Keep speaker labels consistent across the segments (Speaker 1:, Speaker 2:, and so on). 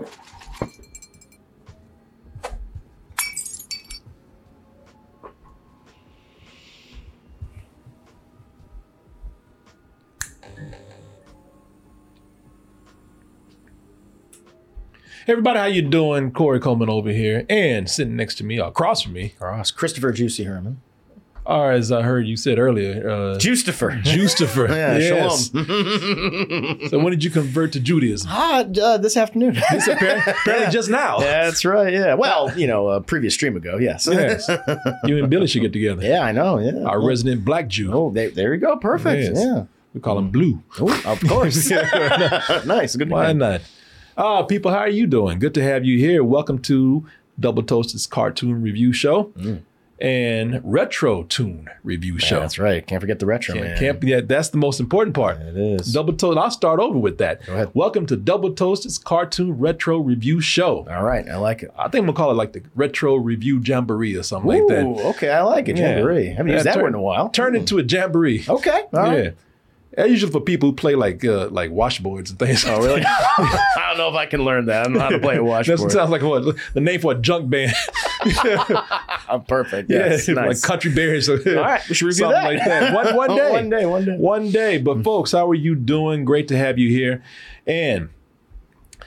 Speaker 1: it.
Speaker 2: Hey, everybody, how you doing? Corey Coleman over here, and sitting next to me, across from me,
Speaker 3: Cross. Christopher Juicy Herman.
Speaker 2: or as I heard you said earlier, uh,
Speaker 3: Justifer.
Speaker 2: Justifer.
Speaker 3: yeah, Mm,
Speaker 2: yes.
Speaker 3: shalom.
Speaker 2: So when did you convert to Judaism?
Speaker 3: ah, uh, this afternoon.
Speaker 2: Apparently, apparently just now.
Speaker 3: That's right. Yeah. Well, you know, a previous stream ago. Yes.
Speaker 2: Yes. You and Billy should get together.
Speaker 3: yeah, I know. Yeah.
Speaker 2: Our resident black Jew.
Speaker 3: Oh, there, there you go. Perfect.
Speaker 2: Yes.
Speaker 3: Yeah.
Speaker 2: We call him Blue.
Speaker 3: Oh, of course. nice. Good.
Speaker 2: Why
Speaker 3: name.
Speaker 2: not? Ah, people, how are you doing? Good to have you here. Welcome to Double Toasted's cartoon review show and retro tune review show.
Speaker 3: Mm. That's right. Can't forget the retro
Speaker 2: Can't-
Speaker 3: man.
Speaker 2: can't be- yeah, that's the most important part.
Speaker 3: It is.
Speaker 2: Double Toast. I'll start over with that.
Speaker 3: Go ahead.
Speaker 2: Welcome to Double Toasted's cartoon retro review show.
Speaker 3: All right. I like it.
Speaker 2: I think I'm gonna call it like the retro review jamboree or something like that.
Speaker 3: Ooh, okay. I like it.
Speaker 2: Yeah.
Speaker 3: Jamboree. Haven't used
Speaker 2: Yeah,
Speaker 3: that
Speaker 2: turn-
Speaker 3: word in a while. Mm.
Speaker 2: Turn into a jamboree.
Speaker 3: Okay. All right.
Speaker 2: Yeah. That's usually for people who play like uh, like washboards and things.
Speaker 3: Oh, really? I don't know if I can learn that. I don't know how to play a
Speaker 2: That
Speaker 3: washboard.
Speaker 2: sounds like what the name for a junk band.
Speaker 3: I'm perfect.
Speaker 2: yeah,
Speaker 3: Yes.
Speaker 2: like
Speaker 3: nice.
Speaker 2: country bears. All
Speaker 3: All right. We should review
Speaker 2: Something
Speaker 3: that.
Speaker 2: like that. One- one day.
Speaker 3: one day. One day.
Speaker 2: One day.
Speaker 3: Hmm.
Speaker 2: But folks, how are you doing? Great to have you here. And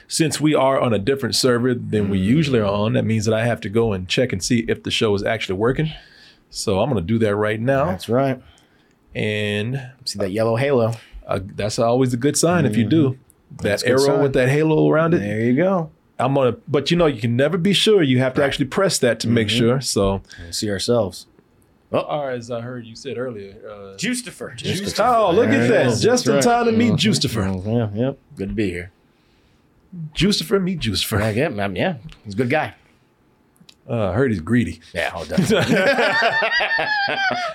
Speaker 2: since we are on a different server than
Speaker 3: Hmm.
Speaker 2: we usually are on, that means that I have to go and check and see if the show is actually working. So I'm gonna do that right now,
Speaker 3: That's right.
Speaker 2: and
Speaker 3: See that yellow halo.
Speaker 2: uh, that's always a good sign if you do. That
Speaker 3: Mm-hmm. a good
Speaker 2: arrow
Speaker 3: sign.
Speaker 2: with that halo around it.
Speaker 3: There you go.
Speaker 2: I'm gonna, but you know, you can never be sure. You have to actually press that to
Speaker 3: Mm-hmm.
Speaker 2: make sure. So,
Speaker 3: We'll see ourselves.
Speaker 2: or as I heard you said earlier, uh,
Speaker 3: Justifer.
Speaker 2: Oh, look at
Speaker 3: There it
Speaker 2: that!
Speaker 3: is.
Speaker 2: Just
Speaker 3: That's
Speaker 2: in
Speaker 3: right. Mm-hmm.
Speaker 2: time to meet Justifer.
Speaker 3: Yeah. Yep. Good to be here.
Speaker 2: Justifer, meet Justifer.
Speaker 3: Like it, man, yeah. He's a good guy.
Speaker 2: Uh, I heard he's greedy.
Speaker 3: Yeah. Oh, definitely.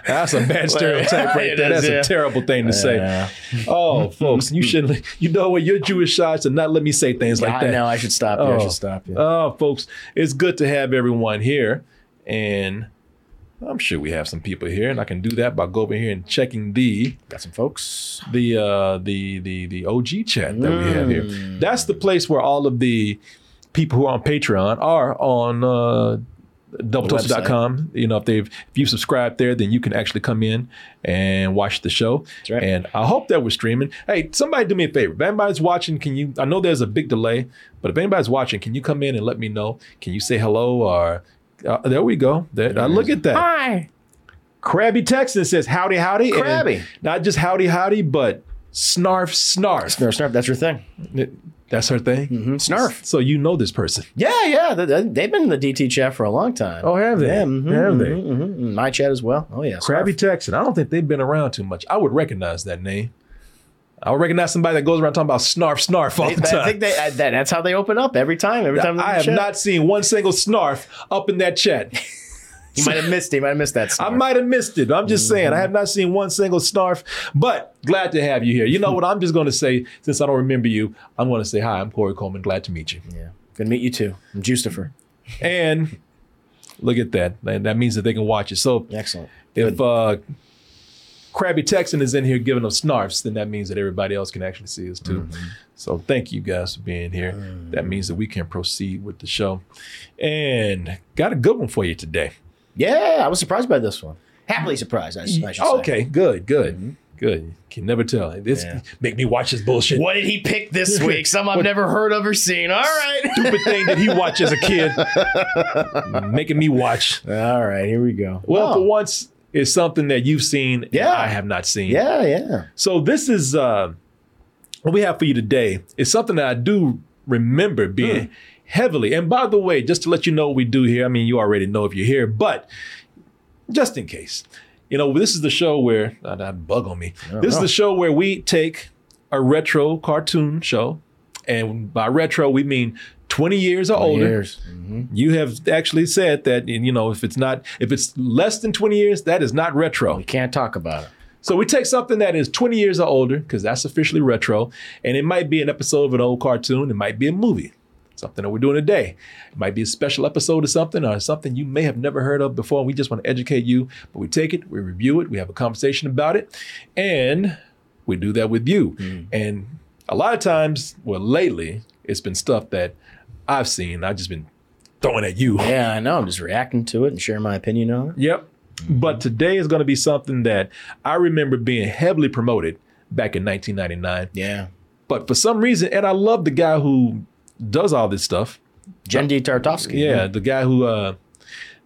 Speaker 2: That's a bad stereotype right
Speaker 3: It
Speaker 2: there.
Speaker 3: is,
Speaker 2: That's
Speaker 3: yeah.
Speaker 2: a terrible thing to say.
Speaker 3: Yeah.
Speaker 2: Oh, folks, you shouldn't. You know what? Your Jewish side should not let me say things like
Speaker 3: I
Speaker 2: that.
Speaker 3: know. I should stop you. I
Speaker 2: Oh.
Speaker 3: should stop you.
Speaker 2: Oh, folks, it's good to have everyone here, and I'm sure we have some people here, and I can do that by going over here and checking the
Speaker 3: Got some folks.
Speaker 2: the uh, the the the OG chat that we have
Speaker 3: Mm.
Speaker 2: here. That's the place where all of the people who are on Patreon are on uh, doubletosted.com. You know, if they've if you subscribe there, then you can actually come in and watch the show.
Speaker 3: right.
Speaker 2: And I hope that we're streaming. Hey, somebody do me a favor. If anybody's watching, can you? I know there's a big delay, but if anybody's watching, can you come in and let me know? Can you say hello or? Uh, there we go. There, uh,
Speaker 3: Mm.
Speaker 2: look at that.
Speaker 3: Hi.
Speaker 2: Krabby Texan says howdy howdy. and
Speaker 3: Krabby.
Speaker 2: Not just howdy howdy, but snarf snarf.
Speaker 3: Snarf, Hmm. snarf. That's your thing.
Speaker 2: That's her thing.
Speaker 3: Snarf.
Speaker 2: So you know this person.
Speaker 3: Yeah, yeah. th- th- They've been in the DT chat for a long time.
Speaker 2: Oh, have they?
Speaker 3: yeah. mhm,
Speaker 2: have they?
Speaker 3: mhm, mhm, mhm. My chat as well. Oh, yeah. Snarf.
Speaker 2: Krabby Texan. I don't think they've been around too much. I would recognize that name. I would recognize somebody that goes around talking about snarf snarf all
Speaker 3: They-
Speaker 2: the time.
Speaker 3: I think they, I, that, that's how they open up every time. Every time they're in
Speaker 2: I
Speaker 3: the
Speaker 2: have
Speaker 3: chat.
Speaker 2: not seen one single snarf up in that chat.
Speaker 3: You might have missed. You might have missed that.
Speaker 2: I
Speaker 3: Snarf.
Speaker 2: might have missed it. I'm just
Speaker 3: Mm-hmm.
Speaker 2: saying, I have not seen one single snarf, but glad to have you here. You know what? I'm just going to say, since I don't remember you, I'm going to say, Hi, I'm Corey Coleman. Glad to meet you.
Speaker 3: Yeah. Good to meet you too. I'm Justifer.
Speaker 2: And look at that. That that means that they can watch it. So
Speaker 3: Excellent.
Speaker 2: if uh, Krabby Texan is in here giving them snarfs, then that means that everybody else can actually see us too.
Speaker 3: Mm-hmm.
Speaker 2: So thank you guys for being here. That means that we can proceed with the show. And got a good one for you today.
Speaker 3: Yeah, I was surprised by this one. Happily surprised, I, s- I should say. Mm-hmm.
Speaker 2: Okay, good, good, good. Can never tell. This
Speaker 3: Yeah.
Speaker 2: make me watch this bullshit.
Speaker 3: What did he pick this week? Some I've never heard of or seen. All right.
Speaker 2: stupid thing did he watch as a kid? Making me watch.
Speaker 3: All right, here we go.
Speaker 2: Well,
Speaker 3: Oh,
Speaker 2: for once, it's something that you've seen. and
Speaker 3: Yeah.
Speaker 2: I have not seen.
Speaker 3: yeah, yeah.
Speaker 2: So this is uh, what we have for you today. It's something that I do remember being heavily. And by the way, just to let you know what we do here, I mean you already know if you're here, but just in case, you know this is the show where uh, that bug on me. This is the show where we take a retro cartoon show, and by retro we mean 20 years or older.
Speaker 3: Years.
Speaker 2: You have actually said that, and, you know, if it's not, if it's less than 20 years, that is not retro.
Speaker 3: We can't talk about it.
Speaker 2: So we take something that is 20 years or older, because that's officially retro, and it might be an episode of an old cartoon, it might be a movie, something that we're doing today. It might be a special episode of something or something you may have never heard of before, and we just want to educate you. But we take it, we review it, we have a conversation about it, and we do that with you. And a lot of times, well, lately, it's been stuff that I've seen. I've just been throwing at you.
Speaker 3: Yeah, I know. I'm just reacting to it and sharing my opinion on it.
Speaker 2: Yep. But today is going to be something that I remember being heavily promoted back in 1999.
Speaker 3: Yeah.
Speaker 2: But for some reason, and I love the guy who does all this stuff.
Speaker 3: Jendy Tartovsky.
Speaker 2: Yeah, the guy who uh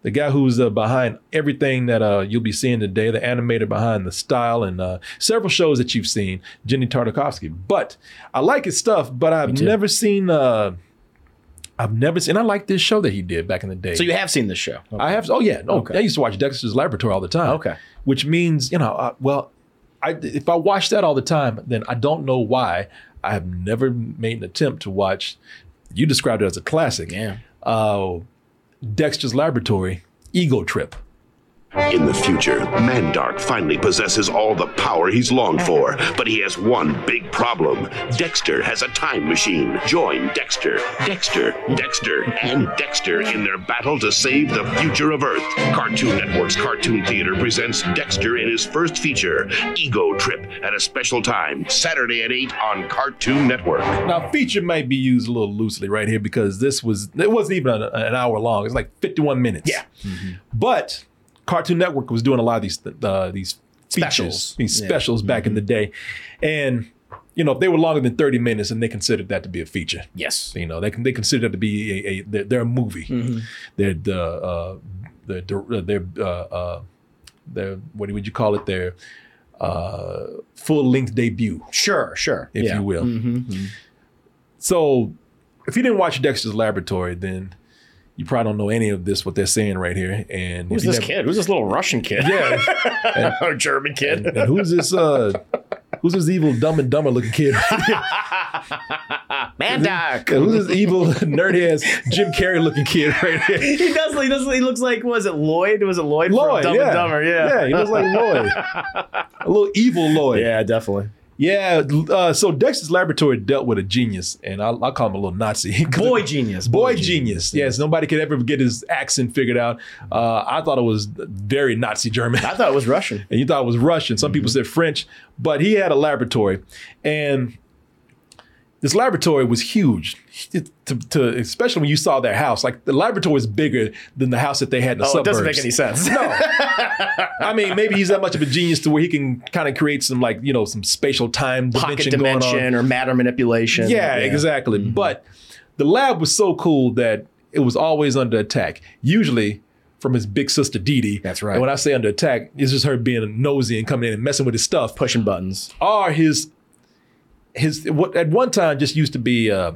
Speaker 2: the guy who's uh, behind everything that uh you'll be seeing today, the animator behind the style and uh several shows that you've seen, Jenny Tartakovsky. But I like his stuff, but I've
Speaker 3: too.
Speaker 2: never seen uh I've never seen and I like this show that he did back in the day.
Speaker 3: So you have seen this show.
Speaker 2: I have. Oh yeah. No,
Speaker 3: Okay.
Speaker 2: I used to watch Dexter's Laboratory all the time.
Speaker 3: Okay.
Speaker 2: Which means you know, uh, well, I if I watch that all the time, then I don't know why I have never made an attempt to watch. You described it as a classic.
Speaker 3: Yeah.
Speaker 2: Uh, Dexter's Laboratory, Ego Trip.
Speaker 1: In the future, Mandark finally possesses all the power he's longed for, but he has one big problem. Dexter has a time machine. Join Dexter, Dexter, Dexter, and Dexter in their battle to save the future of Earth. Cartoon Network's Cartoon Theater presents Dexter in his first feature, Ego Trip, at a special time, Saturday at 8 on Cartoon Network.
Speaker 2: Now, feature might be used a little loosely right here because this was it wasn't even an, an hour long. It's like fifty-one minutes.
Speaker 3: Yeah.
Speaker 2: But Cartoon Network was doing a lot of these uh, these features,
Speaker 3: Specials.
Speaker 2: these
Speaker 3: Yeah. Mm-hmm.
Speaker 2: specials back in the day, and you know if they were longer than thirty minutes, and they considered that to be a feature.
Speaker 3: Yes.
Speaker 2: You know they can they consider that to be a, a they're, they're a movie.
Speaker 3: Mm-hmm.
Speaker 2: They're the uh, the dir- they're uh, uh, their what would you call it their uh, full length debut
Speaker 3: Sure, sure.
Speaker 2: if
Speaker 3: yeah. Mm-hmm.
Speaker 2: you will. So, if you didn't watch Dexter's Laboratory, then you probably don't know any of this what they're saying right here. And
Speaker 3: Who's
Speaker 2: if you
Speaker 3: this
Speaker 2: never-
Speaker 3: kid? Who's this little Russian kid?
Speaker 2: Yeah,
Speaker 3: or German kid?
Speaker 2: and who's this? Uh, who's this evil, dumb and dumber looking kid?
Speaker 3: Mandark.
Speaker 2: who's this evil, nerd ass Jim Carrey looking kid right here?
Speaker 3: He does. He does. He looks like was it Lloyd? Was it Lloyd? from
Speaker 2: Lloyd,
Speaker 3: Dumb
Speaker 2: yeah,
Speaker 3: and Dumber. Yeah.
Speaker 2: yeah, he looks like Lloyd, a little evil Lloyd.
Speaker 3: Yeah, definitely.
Speaker 2: Yeah, uh, so Dexter's Laboratory dealt with a genius, and I, I call him a little Nazi. 'Cause
Speaker 3: Boy
Speaker 2: it-
Speaker 3: genius.
Speaker 2: Boy genius. Yes, nobody could ever get his accent figured out. Uh, I thought it was very Nazi German.
Speaker 3: I thought it was Russian.
Speaker 2: and you thought it was Russian. Some
Speaker 3: Mm-hmm.
Speaker 2: people said French, but he had a laboratory, and this laboratory was huge. To, to- especially when you saw their house, like the laboratory was bigger than the house that they had in the
Speaker 3: Oh,
Speaker 2: suburbs.
Speaker 3: it doesn't make any sense.
Speaker 2: I mean, maybe he's that much of a genius to where he can kind of create some like you know some spatial time dimension,
Speaker 3: Pocket
Speaker 2: going on.
Speaker 3: dimension Mm-hmm. or matter manipulation.
Speaker 2: Yeah, exactly. But the lab was so cool that it was always under attack. Usually. From his big sister Dee Dee.
Speaker 3: That's right.
Speaker 2: And when I say under attack, it's just her being nosy and coming in and messing with his stuff
Speaker 3: Pushing buttons.
Speaker 2: are his his what at one time just used to be uh,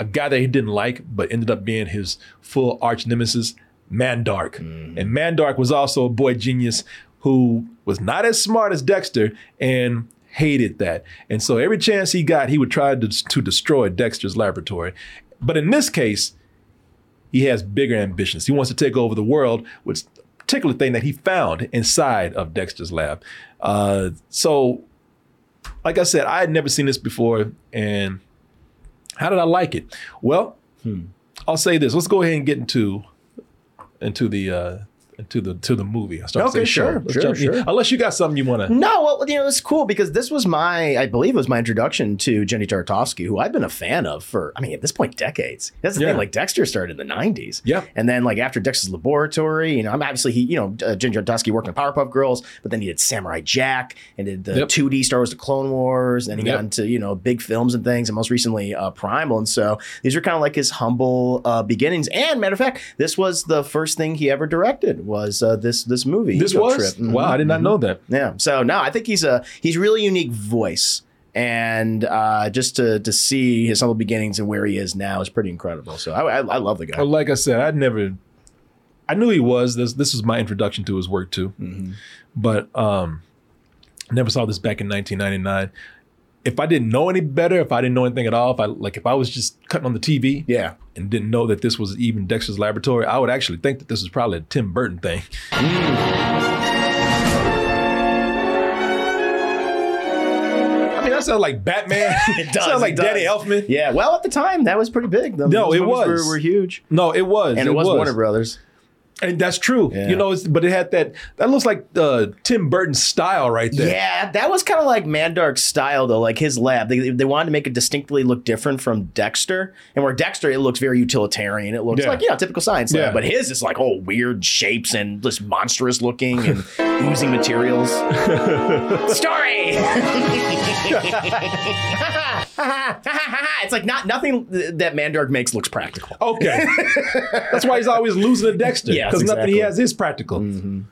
Speaker 2: a guy that he didn't like, but ended up being his full arch nemesis, Mandark. And Mandark was also a boy genius who was not as smart as Dexter and hated that. And so every chance he got, he would try to, to destroy Dexter's laboratory. But in this case, he has bigger ambitions. He wants to take over the world with a particular thing that he found inside of Dexter's lab. Uh, so, like I said, I had never seen this before. And how did I like it? Well,
Speaker 3: Hmm.
Speaker 2: I'll say this. Let's go ahead and get into into the uh, into the to the movie. I start to
Speaker 3: Okay,
Speaker 2: say show.
Speaker 3: sure,
Speaker 2: Let's
Speaker 3: sure,
Speaker 2: jump in.
Speaker 3: sure. Hmm.
Speaker 2: Unless you got something you want to.
Speaker 3: No, well, you know, it's cool because this was my, I believe, it was my introduction to Jenny Tartovsky, who I've been a fan of for, I mean, at this point, decades. That's the
Speaker 2: Yeah.
Speaker 3: thing. Like Dexter started in the '90s.
Speaker 2: Yeah.
Speaker 3: And then, like after Dexter's Laboratory, you know, I'm obviously he, you know, uh, Jenny Tartovsky worked on Powerpuff Girls, but then he did Samurai Jack and did the
Speaker 2: Yep.
Speaker 3: 2D Star Wars: The Clone Wars, and he
Speaker 2: Yep.
Speaker 3: got into you know big films and things, and most recently uh, Primal. And so these are kind of like his humble uh, beginnings. And matter of fact, this was the first thing he ever directed was uh, this this movie.
Speaker 2: This
Speaker 3: Ego
Speaker 2: was
Speaker 3: Trip. Mhm.
Speaker 2: wow. I did not know that.
Speaker 3: Yeah. So no, I think he's a he's really unique voice, and uh, just to to see his humble beginnings and where he is now is pretty incredible. So I I, I love the guy.
Speaker 2: Well, like I said, I'd never. I knew he was. This this was my introduction to his work too,
Speaker 3: Mm-hmm.
Speaker 2: but um, never saw this back in 1999. If I didn't know any better, if I didn't know anything at all, if I like, if I was just cutting on the TV,
Speaker 3: Yeah.
Speaker 2: and didn't know that this was even Dexter's Laboratory, I would actually think that this was probably a Tim Burton thing.
Speaker 3: Mm.
Speaker 2: I mean, that sounds like Batman.
Speaker 3: It does,
Speaker 2: sounds like
Speaker 3: it does.
Speaker 2: Danny Elfman.
Speaker 3: Yeah. Well, at the time that was pretty big.
Speaker 2: No,
Speaker 3: those
Speaker 2: it
Speaker 3: movies
Speaker 2: was.
Speaker 3: Were, were huge,
Speaker 2: No, it was.
Speaker 3: and it, was, Warner Brothers.
Speaker 2: And that's true.
Speaker 3: Yeah.
Speaker 2: You know, it's, but it had that, that looks like uh, Tim Burton style right there.
Speaker 3: Yeah, that was kind of like Mandark's style, though, like his lab. They, they wanted to make it distinctly look different from Dexter. And where Dexter, it looks very utilitarian. It looks
Speaker 2: Yeah.
Speaker 3: like, you know, typical science lab.
Speaker 2: Yeah.
Speaker 3: But his is like, oh, weird shapes and just monstrous looking and oozing materials. Story! it's like not nothing th- that Mandark makes looks practical.
Speaker 2: Okay. That's why he's always losing to Dexter.
Speaker 3: Yes,
Speaker 2: Because nothing
Speaker 3: exactly. Mm-hmm.
Speaker 2: he has is practical. And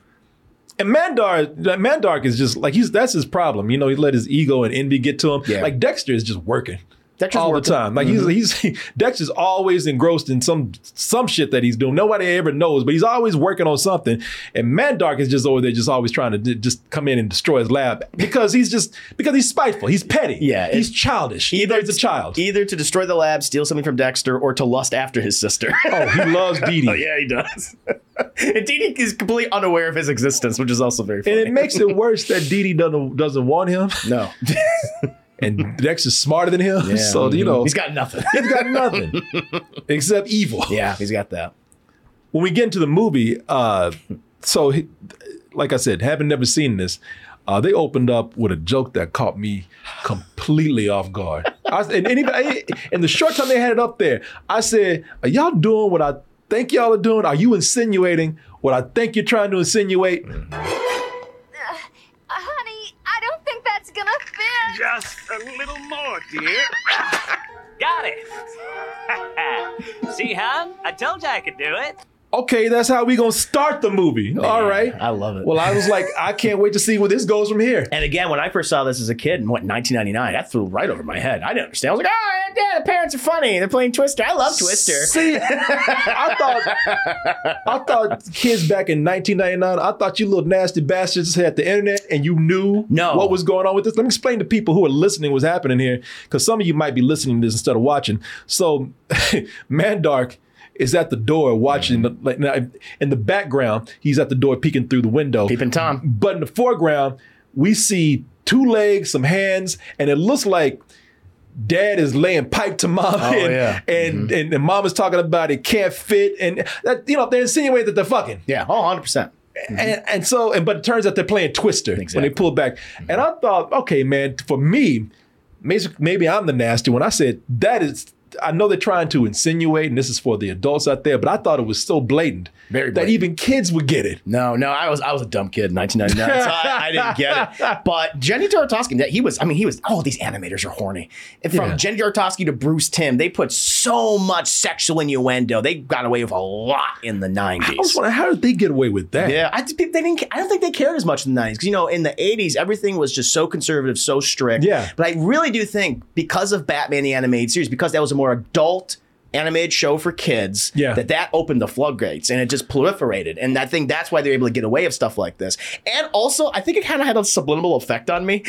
Speaker 2: Mandar, that Mandark is just like he's that's his problem. You know, he let his ego and envy get to him.
Speaker 3: Yeah.
Speaker 2: Like Dexter is just working
Speaker 3: Dexter's
Speaker 2: all
Speaker 3: working. Mm-hmm.
Speaker 2: the time. Like he's he's Dexter's always engrossed in some some shit that he's doing. Nobody ever knows, but he's always working on something. And Mandark is just over there, just always trying to d- just come in and destroy his lab because he's just because he's spiteful. He's petty.
Speaker 3: Yeah,
Speaker 2: he's
Speaker 3: it-
Speaker 2: childish.
Speaker 3: either
Speaker 2: Either he's a
Speaker 3: it's- e-
Speaker 2: child.
Speaker 3: Either to destroy the lab, steal something from Dexter, or to lust after his sister.
Speaker 2: oh, he loves Dee Dee.
Speaker 3: Oh yeah, he does. and Didi is completely unaware of his existence, which is also very
Speaker 2: And
Speaker 3: funny.
Speaker 2: it makes it worse that Dee Dee doesn't doesn't want him,
Speaker 3: no,
Speaker 2: and Dex is smarter than him. So you know
Speaker 3: mm-hmm. he's got nothing.
Speaker 2: he's got nothing except evil.
Speaker 3: yeah, he's got that.
Speaker 2: When we get into the movie, uh, so he- like I said, having never seen this, uh, they opened up with a joke that caught me completely off guard. I, was- and, and even I- in the short time they had it up there, I said, "Are y'all doing what I think y'all are doing? Are you insinuating what I think you're trying to insinuate?"
Speaker 3: Mm.
Speaker 4: Uh, Honey, I don't think that's gonna fit.
Speaker 5: Just a little more, dear.
Speaker 6: Got it. See, hon? I told you I could do it.
Speaker 2: Okay, that's how we gonna start the movie. All right.
Speaker 3: I love it.
Speaker 2: Well, I was like, I can't wait to see where this goes from here.
Speaker 3: and again, when I first saw this as a kid in what 1999, that flew right over my head. I didn't understand. I was like, oh yeah, the parents are funny. They're playing Twister. I love Twister.
Speaker 2: See, I thought, I thought kids back in 1999. I thought you little nasty bastards had the internet and you knew
Speaker 3: No.
Speaker 2: what was going on with this. Let me explain to people who are listening what's happening here, because some of you might be listening to this instead of watching. So, Mandark. Is at the door watching the like now in the background. He's at the door peeking through the window.
Speaker 3: Peeping Tom.
Speaker 2: But in the foreground, we see two legs, some hands, and it looks like dad is laying pipe to mom and,
Speaker 3: Oh, yeah. Mm-hmm.
Speaker 2: and, and and mom is talking about it can't fit and that you know they're insinuating that they're fucking
Speaker 3: Yeah, oh, 100 percent.
Speaker 2: and and so and but it turns out they're playing Twister when
Speaker 3: Exactly. Mm-hmm.
Speaker 2: they pull back and I thought okay man for me maybe, maybe I'm the nasty one I said that is I know they're trying to insinuate and this is for the adults out there but I thought it was so blatant
Speaker 3: Very
Speaker 2: that
Speaker 3: blatant.
Speaker 2: even kids would get it
Speaker 3: No, no, I was I was a dumb kid in 1999, so I, I didn't get it. But Jenny Tartovsky, that he was, I mean, he was. Oh, these animators are horny. And from
Speaker 2: Yeah.
Speaker 3: Jenny Tartovsky to Bruce Tim, they put so much sexual innuendo. They got away with a lot in the
Speaker 2: I was
Speaker 3: 90s.
Speaker 2: wondering how did they get away with that
Speaker 3: Yeah, I, just- they didn't. ca- I don't think they cared as much in the 90s. 'Cause, You know, in the 80s, everything was just so conservative, so strict.
Speaker 2: Yeah.
Speaker 3: But I really do think because of Batman the Animated Series, because that was a more adult animated show for kids,
Speaker 2: Yeah.
Speaker 3: that that opened the floodgates and it just proliferated. And I think that's why they're able to get away with stuff like this. And also, I think it kind of had a subliminal effect on me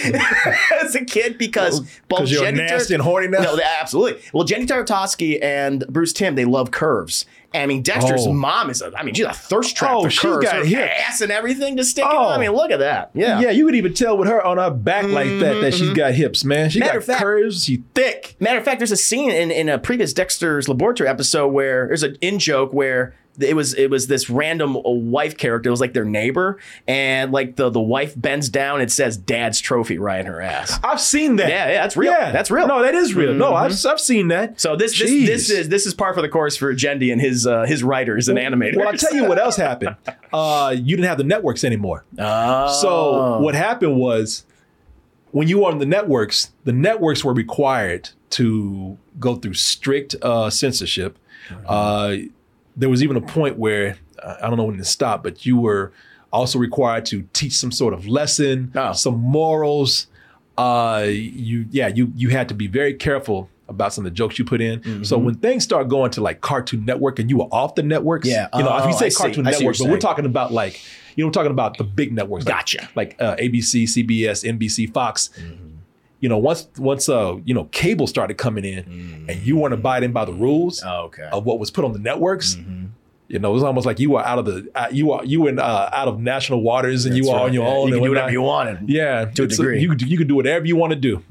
Speaker 3: as a kid because both
Speaker 2: because Mm. Oh, you're
Speaker 3: Jenny
Speaker 2: nasty
Speaker 3: Tur-
Speaker 2: and horny now.
Speaker 3: no, they- absolutely. Well, Jenny Tartovsky and Bruce Tim, they love curves. I mean, Dexter's
Speaker 2: Oh.
Speaker 3: mom is a, I mean, she's a thirst trap
Speaker 2: Oh,
Speaker 3: for
Speaker 2: she's
Speaker 3: curves.
Speaker 2: got
Speaker 3: Her
Speaker 2: hips.
Speaker 3: ass and everything just sticking
Speaker 2: Oh.
Speaker 3: out. I mean, look at that. Yeah. Mm-hmm.
Speaker 2: yeah. you could even tell with her on her back like that that she's got hips, man. She
Speaker 3: Matter
Speaker 2: got
Speaker 3: of fact-
Speaker 2: curves. She thick.
Speaker 3: Matter of fact, there's a scene in, in a previous Dexter's Laboratory episode where there's an in joke where it was it was this random uh, wife character. It was like their neighbor, and like the the wife bends down and says "Dad's trophy" right in her ass.
Speaker 2: I've seen that.
Speaker 3: Yeah, yeah, that's real.
Speaker 2: Yeah.
Speaker 3: That's real. Mm-hmm.
Speaker 2: No, that is real. No, I've, I've seen that.
Speaker 3: So this this,
Speaker 2: Jeez.
Speaker 3: this is this is par for the course for Jendi and his uh, his writers and animators.
Speaker 2: Well, I'll tell you what else happened. Uh, you didn't have the networks anymore.
Speaker 3: Oh.
Speaker 2: So what happened was when you were on the networks, the networks were required to go through strict uh, censorship. Uh, there was even a point where uh, I I don't know when to stop, but you were also required to teach some sort of lesson,
Speaker 3: Oh.
Speaker 2: some morals. Uh, you yeah, you you had to be very careful about some of the jokes you put in. So
Speaker 3: Mm-hmm.
Speaker 2: when things start going to like Cartoon Network and you were off the networks,
Speaker 3: Yeah.
Speaker 2: you know, if
Speaker 3: Oh,
Speaker 2: you say
Speaker 3: I see.
Speaker 2: Cartoon
Speaker 3: I see
Speaker 2: Network,
Speaker 3: what you're
Speaker 2: but we're
Speaker 3: saying.
Speaker 2: talking talking about like you know we're talking about the big networks like-
Speaker 3: Gotcha. Mm-hmm.
Speaker 2: like, uh, abc cbs nbc fox you know once once uh you know cable started coming in
Speaker 3: Mm-hmm.
Speaker 2: and you weren't abiding by the rules
Speaker 3: okay.
Speaker 2: of what was put on the networks
Speaker 3: Mm-hmm.
Speaker 2: You know, it was almost like you were out of the uh, you are you were in, uh, out of national waters, and you
Speaker 3: That's
Speaker 2: are on
Speaker 3: right.
Speaker 2: your
Speaker 3: Yeah,
Speaker 2: own.
Speaker 3: You
Speaker 2: and
Speaker 3: can do
Speaker 2: whatnot.
Speaker 3: whatever you wanted.
Speaker 2: Yeah,
Speaker 3: To a
Speaker 2: it's
Speaker 3: degree. Mm.
Speaker 2: you could- you can do whatever you want to do.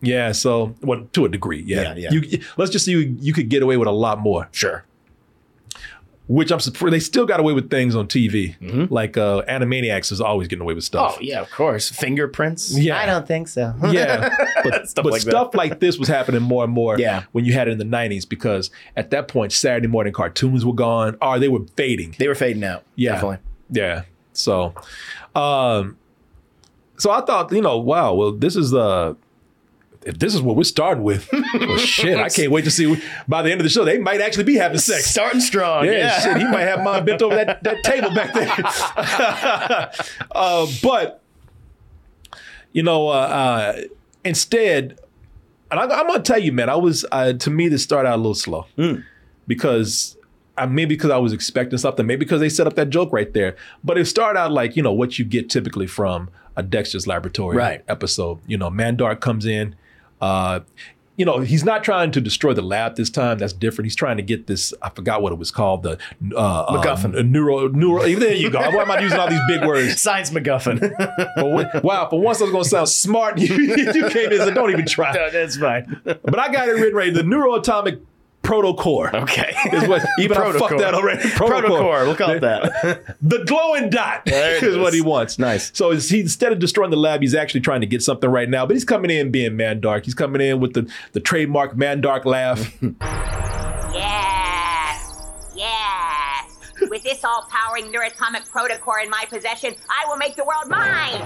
Speaker 2: Yeah, so well, to a degree, yeah.
Speaker 3: Yeah, yeah.
Speaker 2: You, let's just say you, you could get away with a lot more.
Speaker 3: Sure.
Speaker 2: which I'm surprised they still got away with things on TV.
Speaker 3: Mm-hmm.
Speaker 2: Like uh, Animaniacs is always getting away with stuff.
Speaker 3: Oh yeah, of course. Fingerprints.
Speaker 2: Yeah.
Speaker 3: I don't think so.
Speaker 2: Yeah, but
Speaker 3: Stuff
Speaker 2: but
Speaker 3: like that.
Speaker 2: stuff like this was happening more and more.
Speaker 3: Yeah.
Speaker 2: when you had it in the '90s, because at that point Saturday morning cartoons were gone, or they were fading.
Speaker 3: They were fading out.
Speaker 2: Yeah.
Speaker 3: Definitely.
Speaker 2: Yeah. So, um, so I thought, you know, wow, well, this is uh, if this is what we're starting with, well, shit, I can't wait to see. By the end of the show, they might actually be having sex.
Speaker 3: Starting strong.
Speaker 2: Yeah,
Speaker 3: Yeah.
Speaker 2: shit. He might have mine bent over that, that table back there. uh, but you know, uh, uh, instead, and I, I'm gonna tell you, man, I was uh, to me this started out a little slow
Speaker 3: Hmm.
Speaker 2: because. I, maybe because I was expecting something, maybe because they set up that joke right there. But it started out like, you know, what you get typically from a Dexter's Laboratory
Speaker 3: Right.
Speaker 2: episode. You know, Mandark comes in. Uh, you know, he's not trying to destroy the lab this time. That's different. He's trying to get this. I forgot what it was called. The uh,
Speaker 3: MacGuffin.
Speaker 2: Uh, neuro, neuro. There you go. Why am I using all these big words?
Speaker 3: Science MacGuffin.
Speaker 2: But wh- wow, for once I was going to sound smart. You, you came in. and said, Don't even try.
Speaker 3: No, that's fine.
Speaker 2: But I got it written right. The neuroatomic protocore.
Speaker 3: Okay.
Speaker 2: Is what even I fucked
Speaker 3: Oh, Protocore.
Speaker 2: that already.
Speaker 3: Protocore. We'll call it that.
Speaker 2: The glowing dot
Speaker 3: There it
Speaker 2: is what
Speaker 3: is.
Speaker 2: he wants.
Speaker 3: Nice.
Speaker 2: So it's, he, instead of destroying the lab, he's actually trying to get something right now. But he's coming in being Mandark. He's coming in with the, the trademark Mandark laugh.
Speaker 4: Yeah. Yeah. With this all powering neuroatomic protocore in my possession, I will make the world mine.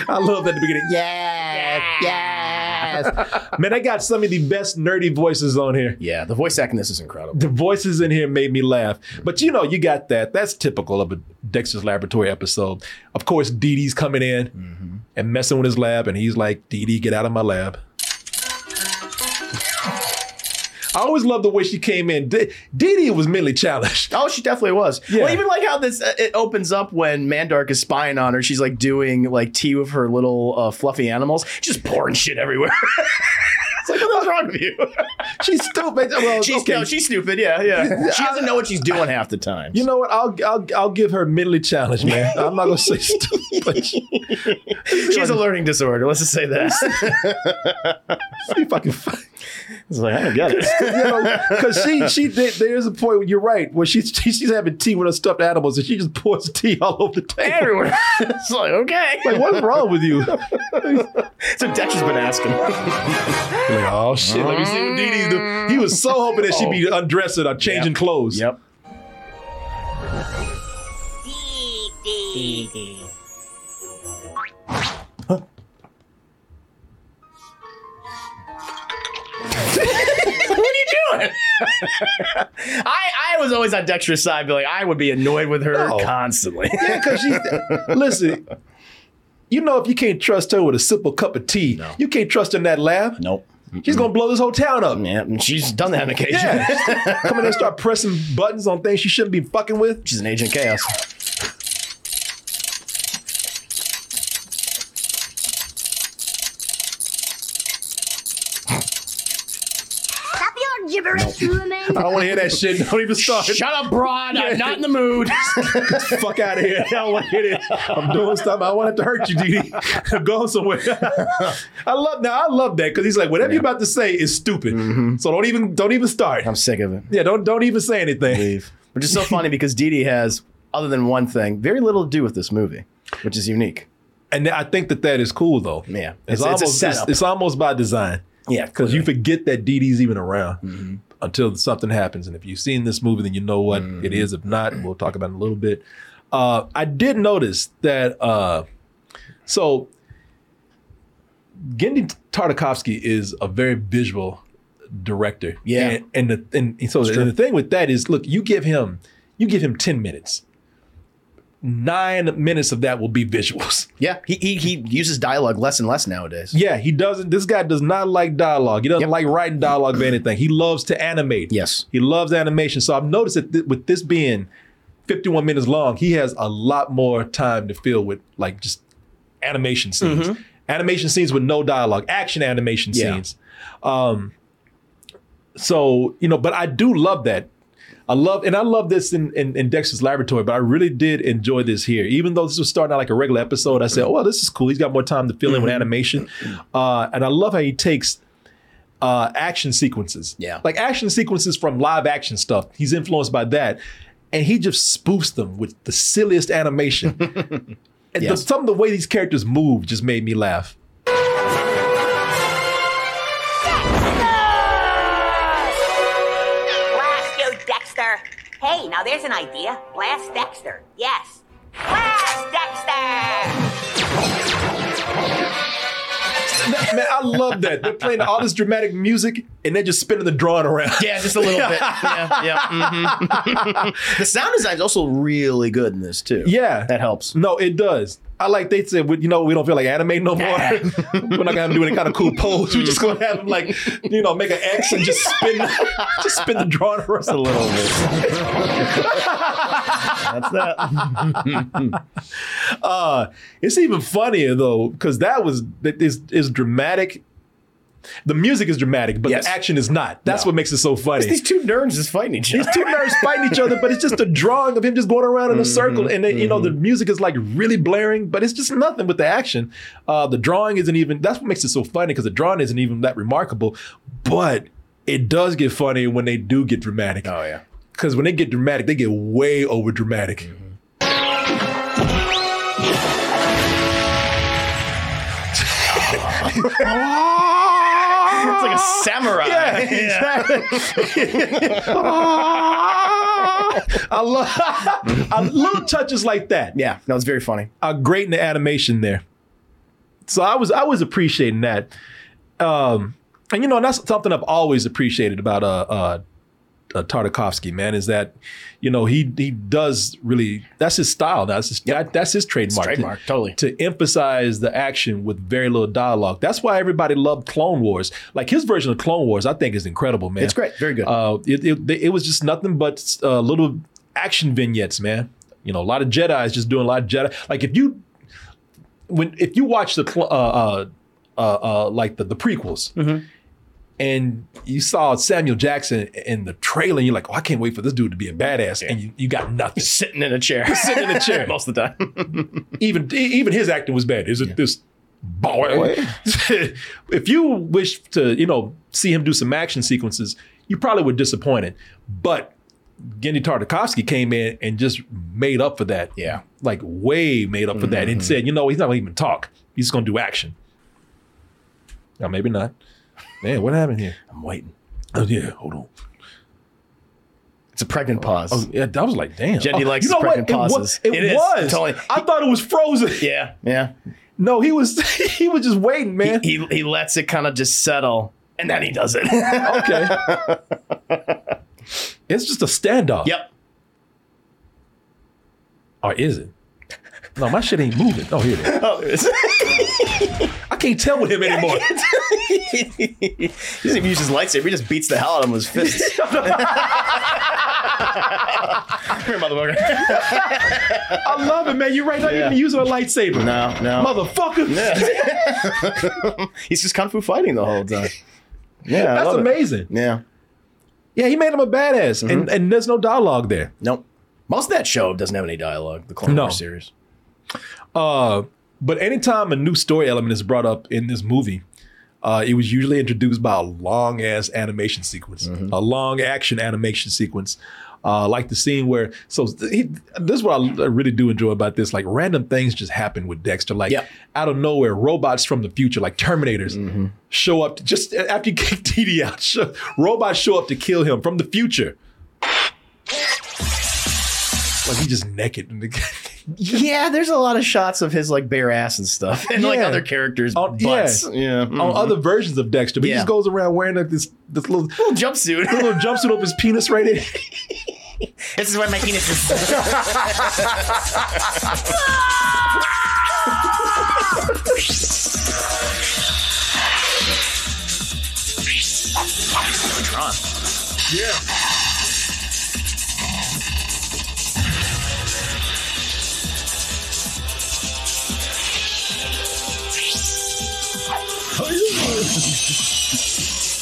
Speaker 2: I love that at the beginning.
Speaker 3: Yes. Yes.
Speaker 2: Man, I got some of the best nerdy voices on here.
Speaker 3: Yeah. The voice acting in this is incredible.
Speaker 2: The voices in here made me laugh. But you know, you got that. That's typical of a Dexter's Laboratory episode. Of course, Dee Dee's coming in and messing with his lab, and he's like, Dee Dee, get out of my lab. I always love the way she came in. Dee Dee Dee was mentally challenged.
Speaker 3: Oh, she definitely was.
Speaker 2: Yeah.
Speaker 3: Well, even like how this uh, it opens up when Mandark is spying on her. She's like doing like tea with her little uh, fluffy animals. She's just pouring shit everywhere. it's like what's wrong with you?
Speaker 2: She's stupid. Well,
Speaker 3: she's
Speaker 2: Oh, okay.
Speaker 3: no, she's stupid. Yeah, yeah. She doesn't know what she's doing half the time.
Speaker 2: You know what? I'll, I'll I'll give her mentally challenged, man. I'm not gonna say stupid.
Speaker 3: she has a learning disorder. Let's just say that.
Speaker 2: She fucking fine.
Speaker 3: it's like I don't get it.
Speaker 2: because she she did, there's a point where you're right where she's she's having tea with her stuffed animals and she just pours tea all over the table.
Speaker 3: Everywhere. it's like okay.
Speaker 2: Like, what's wrong with you? Like,
Speaker 3: So Dexter's been asking.
Speaker 2: oh shit! Let me see what Dee Dee's doing. He was so hoping that she'd be undressing or changing clothes.
Speaker 3: yep.
Speaker 4: Dee Dee.
Speaker 3: what are you doing? I I was always on Dexter's side, but like I would be annoyed with her
Speaker 2: No.
Speaker 3: constantly.
Speaker 2: Yeah, because she's listen. You know, if you can't trust her with a simple cup of tea, you can't trust her in that lab.
Speaker 3: Nope.
Speaker 2: She's gonna blow this whole town up.
Speaker 3: Yeah, and she's done that on occasion.
Speaker 2: Yeah, come in and start pressing buttons on things she shouldn't be fucking with.
Speaker 3: She's an agent chaos.
Speaker 4: Stop your gibberish, woman.
Speaker 2: I don't want to hear that shit. Don't even start.
Speaker 3: Shut up, broad. I'm not in the mood.
Speaker 2: fuck out of here. I don't want to hit it. I'm doing something. I want it to hurt you, Didi. I'm going somewhere. I love now. I love that because he's like, whatever you're about to say is stupid. So don't even don't even start.
Speaker 3: Mm-hmm. I'm sick of it.
Speaker 2: Yeah, don't don't even say anything.
Speaker 3: Which is so funny because Dee Dee has, other than one thing, very little to do with this movie, which is unique.
Speaker 2: And I think that that is cool though.
Speaker 3: Yeah.
Speaker 2: it's,
Speaker 3: It's- it's a
Speaker 2: almost it's,
Speaker 3: setup.
Speaker 2: it's almost by design
Speaker 3: Yeah,
Speaker 2: because you forget that Didi's even around. Until something happens, and if you've seen this movie, then you know what it is. If not, we'll talk about it in a little bit. Uh, I did notice that. Uh, so Gendy Tartakovsky is a very visual director.
Speaker 3: Yeah.
Speaker 2: And, and the and, and so the, the thing with that is look, you give him you give him 10 minutes. Nine minutes of that will be visuals.
Speaker 3: Yeah, he, he he uses dialogue less and less nowadays.
Speaker 2: Yeah, he doesn't. This guy does not like dialogue. He doesn't
Speaker 3: Yep.
Speaker 2: like writing dialogue or anything. He loves to animate.
Speaker 3: Yes.
Speaker 2: he loves animation. So I've noticed that th- with this being 51 minutes long, he has a lot more time to fill with like just animation scenes, animation scenes with no dialogue, action animation
Speaker 3: Mm-hmm. Yeah.
Speaker 2: scenes. Um, so you know, but I do love that. I love, and I love this in, in, in Dexter's Laboratory, but I really did enjoy this here. Even though this was starting out like a regular episode, I
Speaker 3: Mm-hmm.
Speaker 2: said, oh, well, this is cool. He's got more time to fill in with animation. Uh, and I love how he takes uh, action sequences.
Speaker 3: Yeah.
Speaker 2: Like action sequences from live action stuff. He's influenced by that. And he just spoofs them with the silliest animation. and the,
Speaker 3: Yes.
Speaker 2: some of the way these characters move just made me laugh.
Speaker 4: Blast you, Dexter! Hey, now there's an idea. Blast Dexter. Yes. Blast Dexter!
Speaker 2: Man, man, I love that. They're playing all this dramatic music and they're just spinning the drawing around.
Speaker 3: Yeah, just a little bit. Yeah, yeah. mhm. the sound design is also really good in this too.
Speaker 2: Yeah.
Speaker 3: that helps.
Speaker 2: No, it does. I like they said, we- you know, we don't feel like anime no more. We're not gonna have him do any kind of cool pose. We're just gonna have him like, you know, make an X and just spin, just spin the drawing around. a little bit.
Speaker 3: That's that.
Speaker 2: Uh, it's even funnier though, because that was that is is dramatic. The music is dramatic, but
Speaker 3: Yes.
Speaker 2: the action is not. That's what makes it so funny.
Speaker 3: These two nerds is fighting each
Speaker 2: These
Speaker 3: other.
Speaker 2: two nerds fighting each other, but it's just a drawing of him just going around in a circle. And, they, you know, the music is like really blaring, but it's just nothing with the action. Uh, the drawing isn't even, that's what makes it so funny because the drawing isn't even that remarkable. But it does get funny when they do get dramatic.
Speaker 3: Oh yeah.
Speaker 2: Because when they get dramatic, they get way over dramatic.
Speaker 3: It's like a samurai.
Speaker 2: Yeah, exactly. I love I- little touches like that.
Speaker 3: Yeah, no, it's very funny.
Speaker 2: are great in the animation there. So I was I was appreciating that. Um and you know, and that's something I've always appreciated about uh uh uh, Tartakovsky, man, is that you know he he does really that's his style. That's his, that, that's his trademark.
Speaker 3: trademark,
Speaker 2: to,
Speaker 3: totally.
Speaker 2: To emphasize the action with very little dialogue. That's why everybody loved Clone Wars. Like his version of Clone Wars, I think is incredible, man.
Speaker 3: It's great, very good.
Speaker 2: Uh, it, it it was just nothing but uh, little action vignettes, man. You know, a lot of Jedi's just doing a lot of Jedi. Like if you when if you watch the cl- uh, uh, uh, uh, like the, the prequels
Speaker 3: Mm-hmm.
Speaker 2: and you saw Samuel Jackson in the trailer, and you're like, oh, I can't wait for this dude to be a badass, and you, you got nothing.
Speaker 3: Sitting in a chair.
Speaker 2: Sitting in a chair.
Speaker 3: most of the time.
Speaker 2: even e- even his acting was bad. Is it this boy? if you wish to, you know, see him do some action sequences, you probably were disappointed. But Gendy Tartakovsky came in and just made up for that.
Speaker 3: Yeah. Mm-hmm.
Speaker 2: Like way made up for that. And said, you know, he's not gonna even talk. He's just gonna do action. Now maybe not. Man, what happened here?
Speaker 3: I'm waiting.
Speaker 2: Oh yeah, hold on.
Speaker 3: It's a pregnant pause.
Speaker 2: Oh, yeah, I was like, damn.
Speaker 3: Gendy
Speaker 2: Oh,
Speaker 3: likes
Speaker 2: you know what?
Speaker 3: pregnant
Speaker 2: It wa-
Speaker 3: pauses.
Speaker 2: It,
Speaker 3: It is.
Speaker 2: was.
Speaker 3: Totally.
Speaker 2: I thought it was frozen.
Speaker 3: Yeah, yeah.
Speaker 2: No, he was he was just waiting, man.
Speaker 3: He, he he lets it kind of just settle, and then he does it.
Speaker 2: okay. it's just a standoff.
Speaker 3: yep.
Speaker 2: Or is it? No, my shit ain't moving. Oh, here it is.
Speaker 3: Oh, there it is.
Speaker 2: I can't tell with him anymore.
Speaker 3: he doesn't even use his lightsaber. He just beats the hell out of him with his fists. Come here, motherfucker.
Speaker 2: I love it, man. You're right. Not
Speaker 3: Yeah.
Speaker 2: even using a lightsaber.
Speaker 3: No, no.
Speaker 2: Motherfucker.
Speaker 3: He's just kung fu fighting the whole time. Yeah, I
Speaker 2: That's
Speaker 3: love it.
Speaker 2: amazing.
Speaker 3: Yeah.
Speaker 2: Yeah, he made him a badass.
Speaker 3: Mm-hmm.
Speaker 2: And, and there's no dialogue there.
Speaker 3: Nope. Most of that show doesn't have any dialogue. The Clone
Speaker 2: No.
Speaker 3: Wars series.
Speaker 2: Uh, but anytime a new story element is brought up in this movie, uh, it was usually introduced by a long ass animation sequence, a long action animation sequence. Uh, like the scene where, so th- he, this is what I really do enjoy about this. Like random things just happen with Dexter. Like
Speaker 3: Yeah.
Speaker 2: out of nowhere, robots from the future, like Terminators, show up to, just after you kick DD out. Show, robots show up to kill him from the future. Like he just naked. in the-
Speaker 3: Yeah, there's a lot of shots of his like bare ass and stuff, and like
Speaker 2: Yeah.
Speaker 3: other characters'
Speaker 2: Oh,
Speaker 3: butts. Oh, Yeah,
Speaker 2: on other versions of Dexter, but he
Speaker 3: Mm-hmm. Yeah.
Speaker 2: just goes around wearing like this this little
Speaker 3: little jumpsuit.
Speaker 2: little jumpsuit up his penis right in.
Speaker 3: this is what my penis is.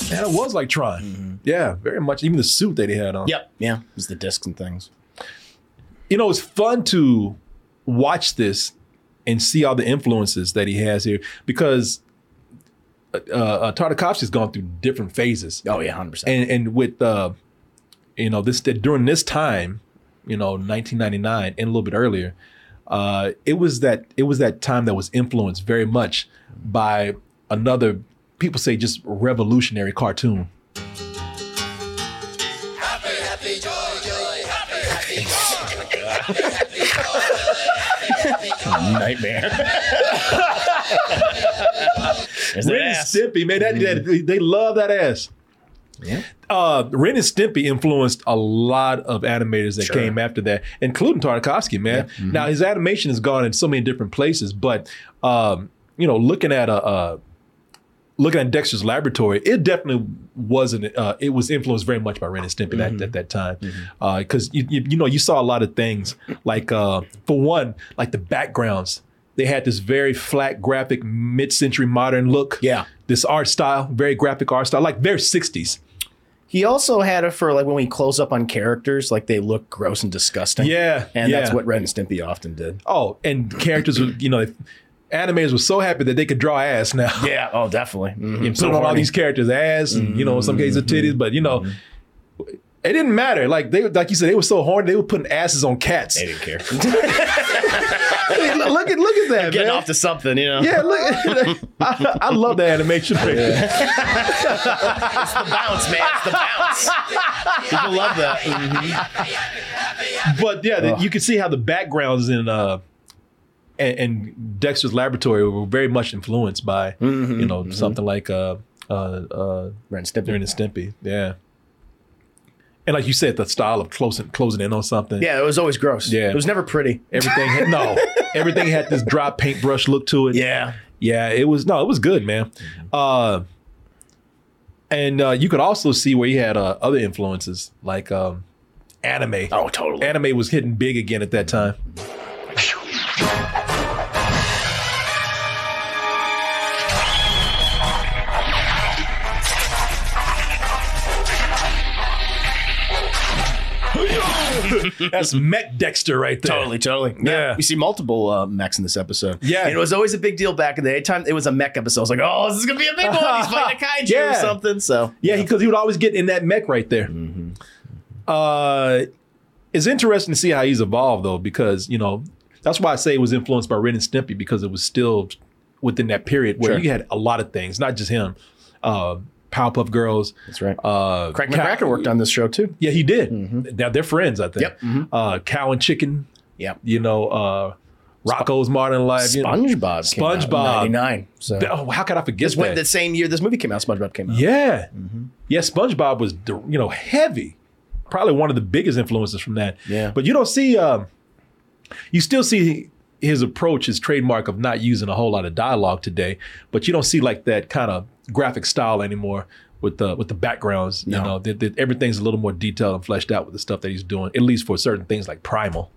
Speaker 2: And it was like Tron. Yeah, very much. Even the suit that he had on.
Speaker 3: Yep. Mm-hmm. Yeah, it's the discs and things.
Speaker 2: You know, it's fun to watch this and see all the influences that he has here because uh, uh, Tartakovsky's gone through different phases.
Speaker 3: Oh yeah, hundred percent.
Speaker 2: and and with uh, you know this that during this time, you know, 1999 and a little bit earlier, uh, it was that it was that time that was influenced very much by another people say just revolutionary cartoon.
Speaker 7: Nightmare.
Speaker 3: There's
Speaker 2: Ren
Speaker 3: that
Speaker 2: and
Speaker 3: ass. Mm-hmm.
Speaker 2: Stimpy, man, that, that they love that ass.
Speaker 3: Yeah.
Speaker 2: Uh, Ren and Stimpy influenced a lot of animators that came after that, including Tarkovsky, man.
Speaker 3: Mm-hmm.
Speaker 2: Now his animation has gone in so many different places, but um, you know, looking at a, uh looking at Dexter's Laboratory, it definitely wasn't. Uh, it was influenced very much by Ren and Stimpy
Speaker 3: Mm-hmm.
Speaker 2: at, at that time, because you, you you know you saw a lot of things like uh, for one, like the backgrounds. They had this very flat graphic, mid-century modern look.
Speaker 3: Yeah.
Speaker 2: this art style, very graphic art style, like very '60s.
Speaker 3: He also had it for like when we close up on characters, like they look gross and disgusting.
Speaker 2: Yeah,
Speaker 3: and that's
Speaker 2: yeah.
Speaker 3: what Red and Stimpy often did.
Speaker 2: Oh, and characters, were, you know, animators were so happy that they could draw ass now.
Speaker 3: Yeah. Oh, definitely. Mhm.
Speaker 2: and put on all these characters' ass, and you know, in some cases titties, but you know, it didn't matter. Like they, like you said, they were so horny, they were putting asses on cats.
Speaker 3: They didn't care.
Speaker 2: Hey, look- look at look at that,
Speaker 3: Getting
Speaker 2: man.
Speaker 3: off to something, you know.
Speaker 2: yeah, look. I, I love that animation.
Speaker 3: bounce, man. It's the bounce. People love that.
Speaker 2: But yeah, the- you can see how the backgrounds in uh and, and Dexter's laboratory were very much influenced by you know something like uh uh uh
Speaker 3: Ren and Stimpy.
Speaker 2: Ren and Stimpy. Yeah. And like you said, the style of closing closing in on something.
Speaker 3: Yeah, it was always gross.
Speaker 2: Yeah.
Speaker 3: It was never pretty.
Speaker 2: Everything had, no, everything had this dry paintbrush look to it.
Speaker 3: Yeah.
Speaker 2: yeah, it was no, it was good, man. Uh, and uh, you could also see where he had uh, other influences like um, anime.
Speaker 3: Oh, totally.
Speaker 2: Anime was hitting big again at that time. That's Met Dexter right there.
Speaker 3: Totally, totally.
Speaker 2: Yeah.
Speaker 3: We see multiple uh, mechs in this episode.
Speaker 2: Yeah.
Speaker 3: And it was always a big deal back in the day. Time it was a mech episode. I was like, oh, this is gonna be a big one. He's fighting a kaiju or
Speaker 2: Yeah.
Speaker 3: something. So
Speaker 2: Yeah, because he, would always get in that mech right there.
Speaker 3: Mm-hmm.
Speaker 2: Uh, it's interesting to see how he's evolved though, because you know that's why I say it was influenced by Ren and Stimpy because it was still within that period where
Speaker 3: Sure.
Speaker 2: you had a lot of things, not just him. Uh, Powerpuff Girls.
Speaker 3: That's right.
Speaker 2: Uh,
Speaker 3: Craig
Speaker 2: Cow-
Speaker 3: McCracker worked on this show too.
Speaker 2: Yeah, he did. Now they're friends, I think.
Speaker 3: Yep. Mhm.
Speaker 2: Uh, Cow and Chicken.
Speaker 3: Yep.
Speaker 2: You know, uh, Rocco's Modern Life. you know.
Speaker 3: SpongeBob. came out in
Speaker 2: SpongeBob.
Speaker 3: 99. So
Speaker 2: Oh, how could I forget
Speaker 3: this Mm-hmm.
Speaker 2: that?
Speaker 3: went the same year this movie came out, SpongeBob came out.
Speaker 2: Yeah. Yeah, SpongeBob was you know heavy. Probably one of the biggest influences from that.
Speaker 3: Yeah.
Speaker 2: But you don't see um you still see his approach, his trademark of not using a whole lot of dialogue today, but you don't see like that kind of graphic style anymore with the with the backgrounds. You
Speaker 3: No.
Speaker 2: know, that that everything's a little more detailed and fleshed out with the stuff that he's doing, at least for certain things like primal.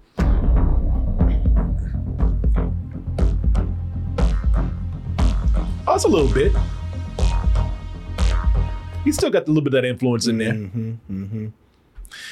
Speaker 2: Oh, it's a little bit. He's still got a little bit of that influence in there.
Speaker 3: Mm-hmm.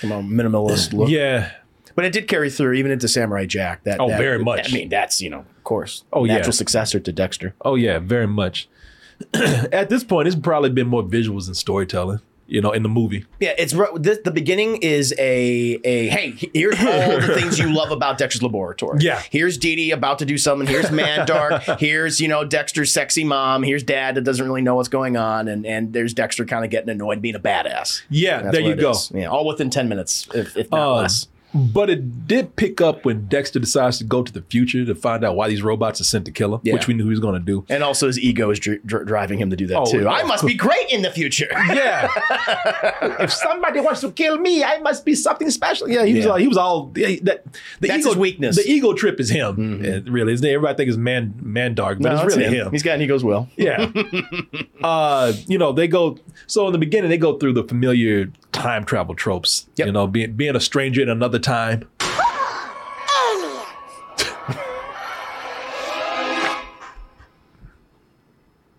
Speaker 3: Come on, minimalist look.
Speaker 2: Yeah.
Speaker 3: But it did carry through even into Samurai Jack. That
Speaker 2: Oh,
Speaker 3: that-
Speaker 2: very much.
Speaker 3: I mean, that's you know, of course.
Speaker 2: Oh, yeah.
Speaker 3: natural successor to Dexter.
Speaker 2: Oh yeah, very much. At this point, it's probably been more visuals and storytelling, you know, in the movie.
Speaker 3: Yeah, it's ru- this, the beginning is a a hey, here's all the things you love about Dexter's Laboratory.
Speaker 2: Yeah.
Speaker 3: here's Dee Dee about to do something. Here's Mandark. here's you know Dexter's sexy mom. Here's Dad that doesn't really know what's going on, and and there's Dexter kind of getting annoyed, being a badass.
Speaker 2: Yeah,
Speaker 3: That's
Speaker 2: there
Speaker 3: what
Speaker 2: you
Speaker 3: it
Speaker 2: go.
Speaker 3: is. Yeah, all within ten minutes, if, if not
Speaker 2: Um,
Speaker 3: less.
Speaker 2: But it did pick up when Dexter decides to go to the future to find out why these robots are sent to kill him,
Speaker 3: Yeah.
Speaker 2: which we knew he was going to do.
Speaker 3: And also, his ego is dri dri- driving him to do that
Speaker 2: Oh,
Speaker 3: too.
Speaker 2: yeah.
Speaker 3: I must be great in the future.
Speaker 2: Yeah. if somebody wants to kill me, I must be something special. Yeah, he was
Speaker 3: Yeah.
Speaker 2: all, he was all yeah, that the
Speaker 3: That's
Speaker 2: ego
Speaker 3: his weakness.
Speaker 2: The ego trip is him. It really. Isn't Everybody think it's man man dark, but
Speaker 3: No,
Speaker 2: it's
Speaker 3: that's
Speaker 2: really Mm-hmm. him.
Speaker 3: He's got an ego's will.
Speaker 2: Yeah. uh, you know, they go so in the beginning they go through the familiar time travel tropes.
Speaker 3: Yep.
Speaker 2: You know, being being a stranger in another time.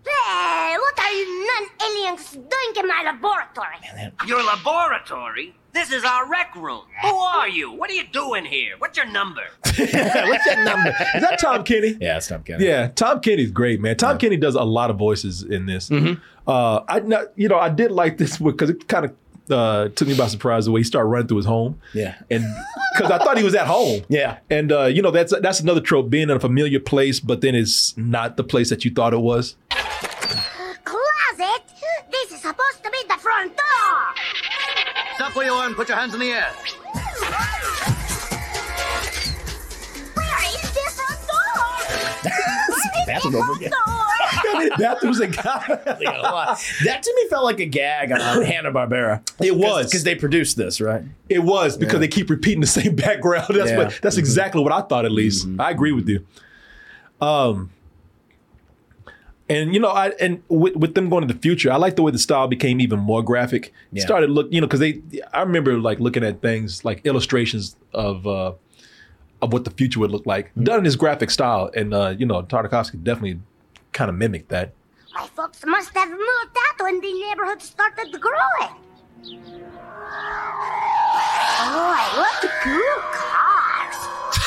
Speaker 4: Hey, what are you non-aliens doing in my laboratory?
Speaker 3: man.
Speaker 6: Your laboratory? This is our rec room. Who are you? What are you doing here? What's your number?
Speaker 3: What's that number?
Speaker 2: Is that Tom Kenny?
Speaker 3: yeah, it's Tom Kenny.
Speaker 2: Yeah, Tom Kenny's great, man. Tom Kenny does a lot of voices in this. Uh, I not, you know I did like this because it kind of uh, took me by surprise the way he started running through his home.
Speaker 3: Yeah.
Speaker 2: and because I thought he was at home.
Speaker 3: Yeah.
Speaker 2: and uh, you know that's that's another trope: being in a familiar place, but then it's not the place that you thought it was.
Speaker 4: Closet? This is supposed to be the front door!
Speaker 7: Stop where you are and put your hands in the air.
Speaker 4: Where is the front door?
Speaker 3: Bathroom over again.
Speaker 4: Door!
Speaker 2: How many bathrooms they got?
Speaker 3: Like, a lot. That to me felt like a gag on Hanna Barbera.
Speaker 2: It was
Speaker 3: because they produced this, right?
Speaker 2: It was because
Speaker 3: Yeah.
Speaker 2: they keep repeating the same background. That's
Speaker 3: Yeah. Mm-hmm.
Speaker 2: what that's exactly what I thought at least. I agree with you. Um and you know, I and with, with them going to the future, I like the way the style became even more graphic. It
Speaker 3: Yeah.
Speaker 2: Started look, you know, because they I remember like looking at things like illustrations of uh of what the future would look like.
Speaker 3: Mm-hmm.
Speaker 2: Done in this graphic style. And uh, you know, Tartakovsky definitely kind of mimicked that.
Speaker 4: My folks must have moved out when the neighborhood started growing. Oh,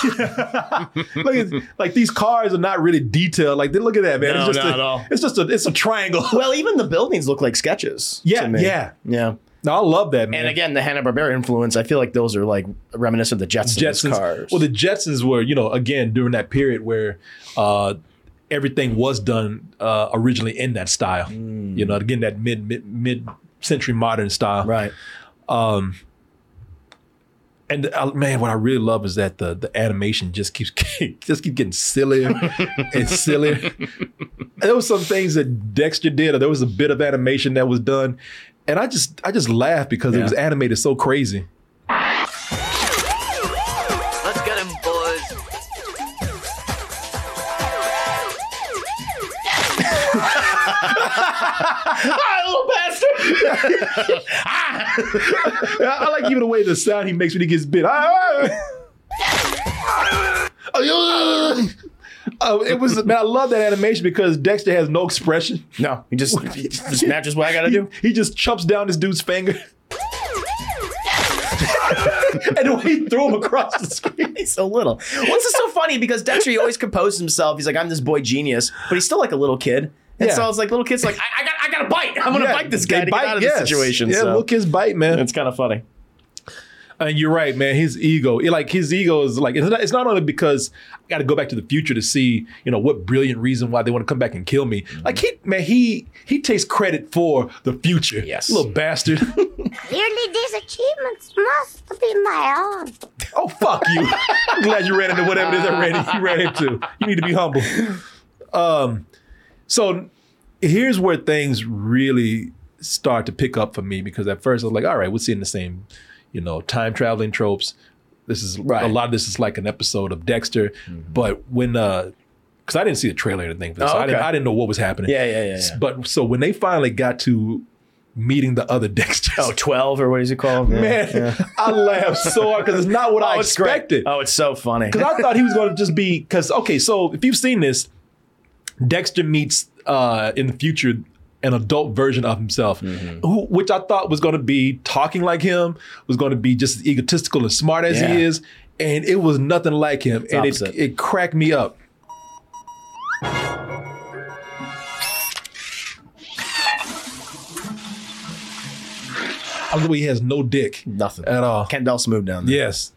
Speaker 4: what cool cars!
Speaker 2: Look at, like these cars are not really detailed. Like they look at that, man.
Speaker 3: No,
Speaker 2: it's just
Speaker 3: not
Speaker 2: a,
Speaker 3: at all.
Speaker 2: It's just a it's a triangle.
Speaker 3: Well, even the buildings look like sketches. to
Speaker 2: Yeah,
Speaker 3: me.
Speaker 2: yeah.
Speaker 3: yeah.
Speaker 2: No, I love that, man.
Speaker 3: And again, the Hanna Barbera influence. I feel like those are like reminiscent of the Jetsons,
Speaker 2: Jetsons.
Speaker 3: cars.
Speaker 2: Well, the Jetsons were, you know, again during that period where uh, everything was done uh, originally in that style.
Speaker 3: Mm.
Speaker 2: You know, again that mid mid mid century modern style.
Speaker 3: right.
Speaker 2: And uh, man, what I really love is that the the animation just keeps just keep getting sillier and sillier. And there was some things that Dexter did, or there was a bit of animation that was done, and I just I just laughed because it
Speaker 3: Yeah.
Speaker 2: was animated so crazy.
Speaker 7: Let's get him, boys.
Speaker 3: Ah, little bastard.
Speaker 2: I, I like even the way the sound he makes when he gets bit. Uh, it was man, I love that animation because Dexter has no expression.
Speaker 3: No, he just just matches what I gotta
Speaker 2: He,
Speaker 3: do.
Speaker 2: he just chumps down this dude's finger. and the way he threw him across the screen.
Speaker 3: He's so little. Well, this is so funny because Dexter he always composes himself. He's like, I'm this boy genius, but he's still like a little kid. And
Speaker 2: Yeah.
Speaker 3: so it's like little kids like, I, I got I gotta bite. I'm gonna
Speaker 2: Yeah,
Speaker 3: bite this guy
Speaker 2: they
Speaker 3: to
Speaker 2: bite,
Speaker 3: get out of
Speaker 2: yes.
Speaker 3: this situation.
Speaker 2: Yeah,
Speaker 3: so.
Speaker 2: look his bite, man.
Speaker 3: it's kind of funny.
Speaker 2: And you're right, man. His ego, it, like his ego is like it's not, it's not only because I got to go back to the future to see, you know, what brilliant reason why they want to come back and kill me. Like he, man, he he takes credit for the future.
Speaker 3: Yes.
Speaker 2: little bastard.
Speaker 4: Clearly, these achievements must be my own.
Speaker 2: oh fuck you! I'm glad you ran into whatever it is that ran, you ran into. You need to be humble. Um, so here's where things really start to pick up for me because at first I was like, all right, we're seeing the same, you know, time traveling tropes. This is a
Speaker 3: Right. Mm-hmm.
Speaker 2: lot of this is like an episode of Dexter, but when uh, because I didn't see a trailer or anything for this,
Speaker 3: Oh,
Speaker 2: so I didn't
Speaker 3: okay.
Speaker 2: I didn't know what was happening.
Speaker 3: Yeah, yeah, yeah, yeah.
Speaker 2: But so when they finally got to meeting the other Dexters,
Speaker 3: Oh, 12 or what is it called? Yeah,
Speaker 2: man,
Speaker 3: Oh, yeah.
Speaker 2: I laughed so hard because it's not what I
Speaker 3: Oh, it's great.
Speaker 2: expected.
Speaker 3: Oh, it's so funny.
Speaker 2: Because I thought he was going to just be because okay, so if you've seen this, Dexter meets uh, in the future an adult version of himself,
Speaker 3: Mm-hmm.
Speaker 2: who, which I thought was going to be talking like him, was going to be just as egotistical and smart as
Speaker 3: Yeah.
Speaker 2: he is, and it was nothing like him, and it,
Speaker 3: opposite.
Speaker 2: it cracked me up. I love the way he has no dick
Speaker 3: Nothing.
Speaker 2: at all.
Speaker 3: Ken Dulce moved down there.
Speaker 2: Yes.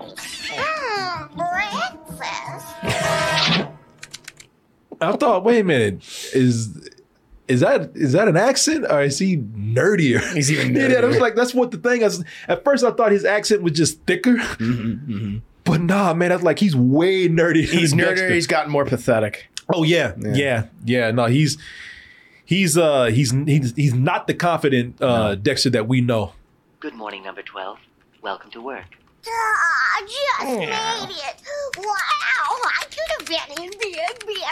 Speaker 4: Mmm, breakfast.
Speaker 2: I thought, wait a minute, is is that is that an accent or is he nerdier?
Speaker 3: He's even
Speaker 2: Yeah, that was
Speaker 3: nerdier.
Speaker 2: like that's what the thing is. At first, I thought his accent was just thicker, but nah, man, that's like he's way nerdier.
Speaker 3: Mm-hmm, He's
Speaker 2: than
Speaker 3: nerdier.
Speaker 2: Dexter.
Speaker 3: He's gotten more pathetic.
Speaker 2: oh yeah, yeah, yeah, No, he's he's uh he's he's he's not the confident uh Dexter that we know.
Speaker 8: Good morning, number 12. Welcome to work.
Speaker 4: Ah, just made it. Wow, I could have been in big, big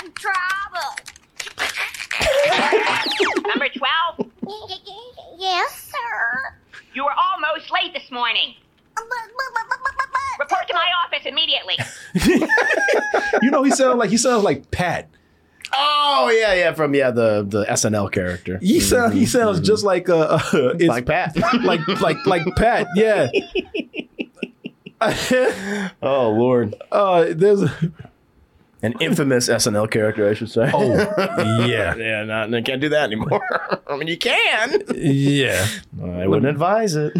Speaker 9: Number 12,
Speaker 4: trouble. yes, sir.
Speaker 9: you were almost late this morning.
Speaker 4: But, but, but, but, but, but, but.
Speaker 9: Report to my office immediately.
Speaker 2: You know he sounds like he sounds like Pat.
Speaker 3: Oh yeah, yeah, from yeah the the SNL character. Mm-hmm.
Speaker 2: He sound he sounds just like uh, uh it's
Speaker 3: like Pat.
Speaker 2: like like like Pat. Yeah.
Speaker 3: oh Lord,
Speaker 2: Uh, there's
Speaker 3: an infamous SNL character, I should say.
Speaker 2: oh yeah
Speaker 3: yeah, not, I can't do that anymore. I mean, you can.
Speaker 2: yeah
Speaker 3: I wouldn't advise it.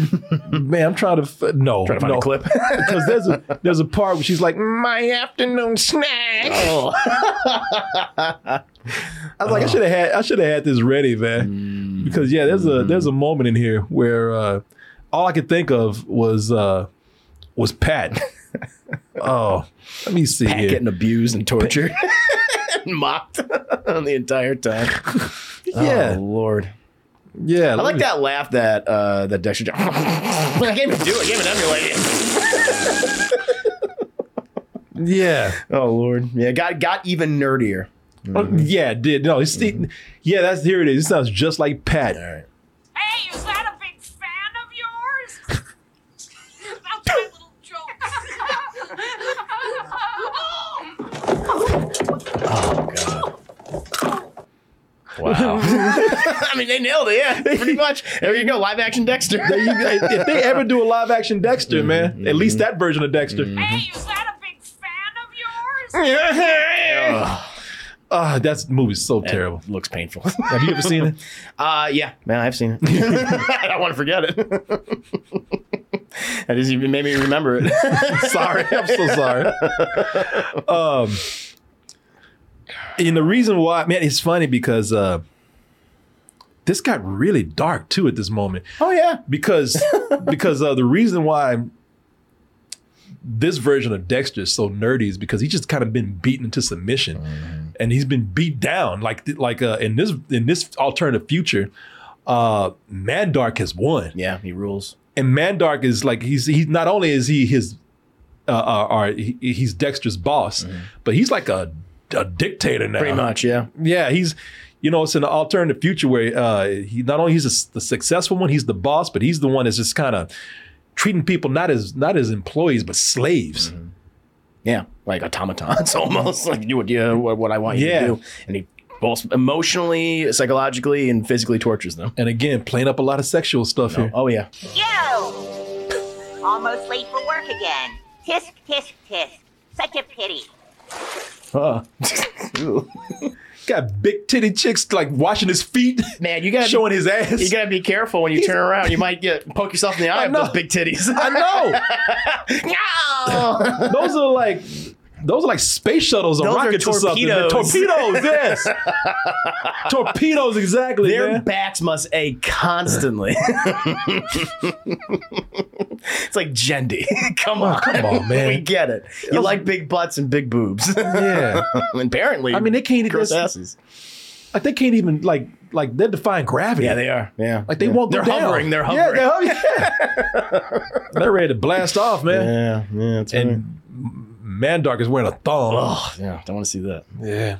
Speaker 2: man. I'm trying to f- no
Speaker 3: Trying to find
Speaker 2: no.
Speaker 3: a clip.
Speaker 2: because there's a there's a part where she's like my afternoon snack.
Speaker 3: oh.
Speaker 2: I was like, I should have had I should have had this ready, man.
Speaker 3: Mm.
Speaker 2: Because yeah, there's a there's a moment in here where uh, all I could think of was uh, was Pat. oh, let me see
Speaker 3: Pat
Speaker 2: here.
Speaker 3: getting abused and tortured and mocked the entire time.
Speaker 2: yeah,
Speaker 3: Oh, Lord.
Speaker 2: yeah.
Speaker 3: oh. I like that laugh that uh that Dexter I can't even do it. I can't even emulate it.
Speaker 2: Yeah,
Speaker 3: Oh Lord. Yeah, got got even nerdier.
Speaker 2: Oh,
Speaker 3: Mm.
Speaker 2: yeah. it Did no? It's, it- yeah, that's here it is. It sounds just like Pat.
Speaker 9: Hey, is that a big fan of yours? About my little jokes.
Speaker 3: Wow. I mean they nailed it, yeah. Pretty much. There you go, live action Dexter.
Speaker 2: There you- if they ever do a live action Dexter, man, at least that version of Dexter.
Speaker 9: hey, is that a big fan of yours?
Speaker 2: Ah, that movie's so terrible.
Speaker 3: Looks painful.
Speaker 2: Have you ever seen it?
Speaker 3: Uh yeah, man, I've seen it. I don't want to forget it. that just even made me remember it.
Speaker 2: sorry. I'm so sorry. Um, and the reason why, man, it's funny because uh, this got really dark too at this moment
Speaker 3: oh yeah.
Speaker 2: because because uh, the reason why this version of Dexter is so nerdy is because he's just kind of been beaten into submission,
Speaker 3: Mm-hmm.
Speaker 2: and he's been beat down like th- like uh, in this in this alternative future. Uh, Mad Dark has won
Speaker 3: Yeah, he rules.
Speaker 2: and Mandark is like he's he's not only is he his uh, uh or he, he's Dexter's boss, but he's like a a dictator now.
Speaker 3: Mm-hmm. Pretty much, yeah.
Speaker 2: Yeah, he's you know it's an alternative future where uh he not only he's a s the successful one, he's the boss, but he's the one that's just kind of treating people not as not as employees but slaves.
Speaker 3: Yeah, like automatons almost. Like you would do what, what I want you
Speaker 2: Yeah.
Speaker 3: to do, and he both emotionally, psychologically, and physically tortures them.
Speaker 2: And again, playing up a lot of sexual stuff here.
Speaker 3: Oh yeah,
Speaker 4: Yo! Almost late for work again. Tisk, tisk, tisk. Such a pity.
Speaker 2: Uh. Got big titty chicks like washing his feet,
Speaker 3: man, you gotta
Speaker 2: showing his ass.
Speaker 3: you gotta be careful when you turn around. You might get poke yourself in the eye
Speaker 2: I
Speaker 3: with
Speaker 2: know.
Speaker 3: those big titties.
Speaker 2: I know. those are like those are like space shuttles or
Speaker 3: Those are
Speaker 2: rockets or something. They're
Speaker 3: torpedoes.
Speaker 2: torpedoes, yes. torpedoes, exactly.
Speaker 3: Their
Speaker 2: man.
Speaker 3: backs must ache constantly. it's like Jendi. Come on,
Speaker 2: come on, Oh, man.
Speaker 3: we get it. You like big butts and big boobs.
Speaker 2: yeah.
Speaker 3: Apparently,
Speaker 2: I mean, they can't even.
Speaker 3: gross asses.
Speaker 2: Like they can't even like like they're defying gravity.
Speaker 3: Yeah, they are. Yeah,
Speaker 2: Like they
Speaker 3: yeah.
Speaker 2: won't. go
Speaker 3: They're
Speaker 2: down.
Speaker 3: hovering. They're hovering.
Speaker 2: Yeah, they're, yeah. they're ready to blast off, man.
Speaker 3: Yeah, yeah, it's
Speaker 2: And
Speaker 3: and
Speaker 2: Mandark is wearing a thong.
Speaker 3: oh, yeah, don't want to see that.
Speaker 2: Yeah.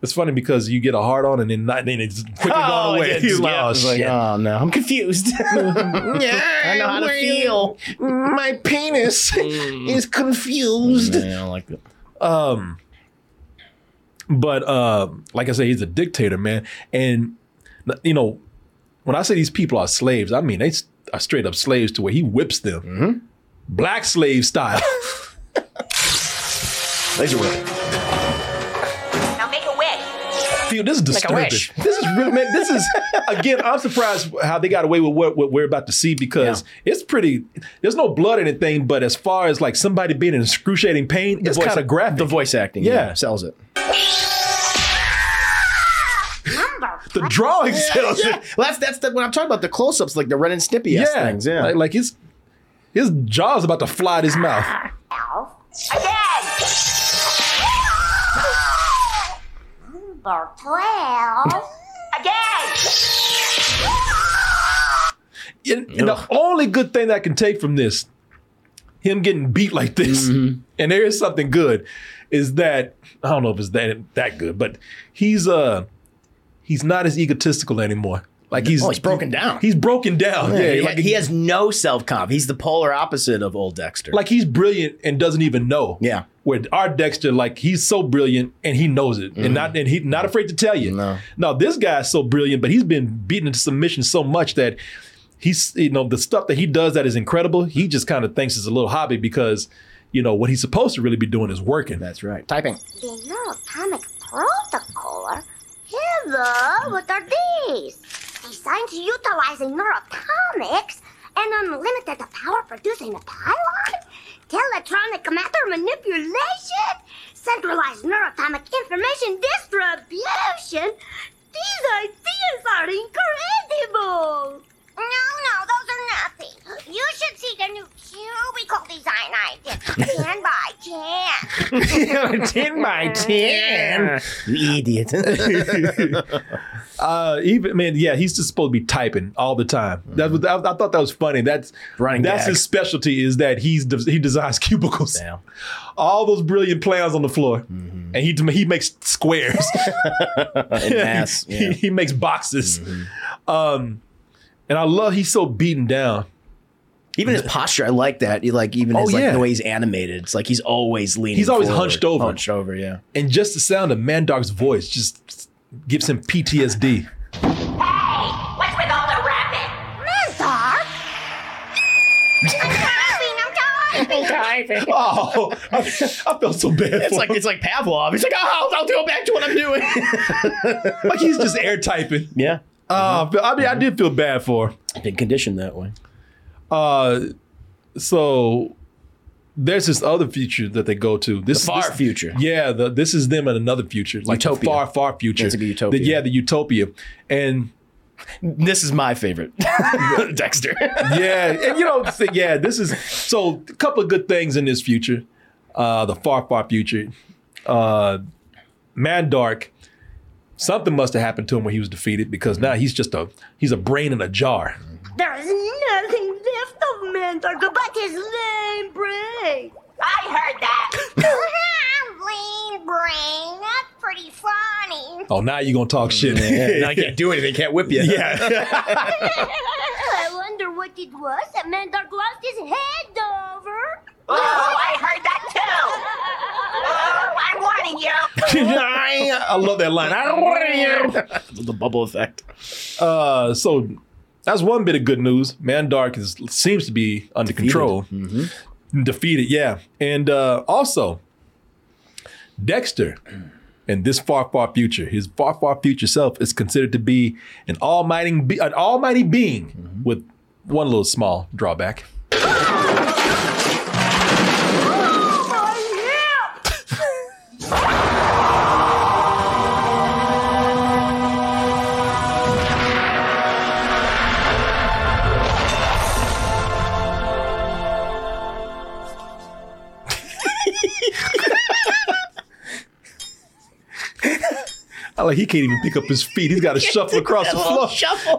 Speaker 2: It's funny because you get a hard on and then not, then it's quickly
Speaker 3: Oh,
Speaker 2: gone away.
Speaker 3: yeah,
Speaker 2: It's like,
Speaker 3: yeah.
Speaker 2: oh,
Speaker 3: It's like,
Speaker 2: shit.
Speaker 3: oh, no, I'm confused. yeah, I know how to feel.
Speaker 2: My penis is confused.
Speaker 3: Mm. Yeah, I don't like that.
Speaker 2: Um, but uh, like I say, he's a dictator, man. And you know, when I say these people are slaves, I mean they s- are straight up slaves to where he whips them,
Speaker 3: Mm-hmm.
Speaker 2: black slave style.
Speaker 3: Laser whip.
Speaker 4: Now make a wish.
Speaker 2: Feel this is disturbing.
Speaker 3: wish.
Speaker 2: this is really man. This is again. I'm surprised how they got away with what, what we're about to see because it's pretty. There's no blood or anything, but as far as like somebody being in excruciating pain, it's
Speaker 3: voice-
Speaker 2: kind of graphic.
Speaker 3: The voice acting, yeah,
Speaker 2: Yeah.
Speaker 3: sells it.
Speaker 2: the drawing sells it.
Speaker 3: Well, that's that's the, when I'm talking about the close-ups, like the Ren and Snippy things. Yeah,
Speaker 2: Like, like his his jaw's about to fly out his mouth.
Speaker 4: Ow. Again! Number 12. Again!
Speaker 2: And, and the only good thing that I can take from this, him getting beat like this,
Speaker 3: Mm-hmm.
Speaker 2: and there is something good, is that I don't know if it's that that good, but he's uh he's not as egotistical anymore. Like he's
Speaker 3: Oh, he's broken down.
Speaker 2: He's broken down. Yeah,
Speaker 3: he,
Speaker 2: like
Speaker 3: he has no self confidence. He's the polar opposite of old Dexter.
Speaker 2: like he's brilliant and doesn't even know.
Speaker 3: Yeah.
Speaker 2: Where our Dexter, like he's so brilliant and he knows it, and not and he not afraid to tell you.
Speaker 3: Mm-hmm. No.
Speaker 2: Now this guy's so brilliant, but he's been beaten into submission so much that he's you know the stuff that he does that is incredible. He just kind of thinks it's a little hobby because you know what he's supposed to really be doing is working.
Speaker 3: that's right. Typing.
Speaker 4: Below atomic protocolor? Hello, what are these? Designed utilizing neuroatomics and unlimited power producing a pylon? Teletronic matter manipulation? Centralized neuroatomic information distribution? These ideas are incredible! No, no, those are nothing. You should see the new cubicle design I did. Can by can.
Speaker 3: ten by ten. You idiot.
Speaker 2: Uh, even man, yeah, he's just supposed to be typing all the time. That's what I, I thought that was funny. That's
Speaker 3: Mm-hmm. Running
Speaker 2: That's
Speaker 3: gag.
Speaker 2: his specialty is that he's de- he designs cubicles.
Speaker 3: Damn.
Speaker 2: All those brilliant plans on the floor, and he he makes squares.
Speaker 3: Uh, In mass.
Speaker 2: he,
Speaker 3: Yeah.
Speaker 2: he makes boxes. Um, and I love he's so beaten down.
Speaker 3: Even his posture, I like that. He, like even
Speaker 2: Oh,
Speaker 3: his like
Speaker 2: yeah.
Speaker 3: the way he's animated. It's like he's always leaning.
Speaker 2: He's always
Speaker 3: forward.
Speaker 2: hunched over.
Speaker 3: Hunched over, yeah.
Speaker 2: And just the sound of Mandark's voice just gives him PTSD.
Speaker 4: Hey, what's with all the rapping? Mizar? I'm diving, I'm diving.
Speaker 2: oh, I, I felt so bad.
Speaker 3: It's
Speaker 2: for
Speaker 3: like
Speaker 2: him.
Speaker 3: it's like Pavlov. He's like, oh, I'll, I'll go back to what I'm doing.
Speaker 2: like he's just air typing.
Speaker 3: yeah,
Speaker 2: Uh, I mean, I did feel bad for. him.
Speaker 3: been conditioned that way.
Speaker 2: Uh, so there's this other future that they go to. This
Speaker 3: far
Speaker 2: this-
Speaker 3: future.
Speaker 2: Yeah, the, this is them in another future, like the
Speaker 3: Utopia.
Speaker 2: far, far future.
Speaker 3: It's like a utopia.
Speaker 2: The- yeah, the utopia, and
Speaker 3: This is my favorite, Dexter.
Speaker 2: yeah, and you know, th- yeah, this is so a couple of good things in this future, uh, the far, far future. Uh, Man Dark, something must have happened to him when he was defeated because now he's just a he's a brain in a jar.
Speaker 4: There is nothing left of Mandark but his lame brain. I heard that. lame brain? That's pretty funny.
Speaker 2: Oh, now you're gonna talk shit.
Speaker 3: I can't do anything. Can't whip you.
Speaker 2: yeah.
Speaker 4: I wonder what it was that Mandark lost his head over.
Speaker 6: Oh, I heard that too. Oh, I'm warning you.
Speaker 2: I love that line. I warn you.
Speaker 3: the bubble effect.
Speaker 2: Uh, so that's one bit of good news. Mandark is seems to be under control, defeated. Yeah, and uh, also Dexter. In this far, far future, his far, far future self is considered to be an almighty, be- an almighty being, with one little small drawback.
Speaker 4: Oh,
Speaker 2: I like he can't even pick up his feet. He's got to shuffle across the floor.
Speaker 3: Shuffle.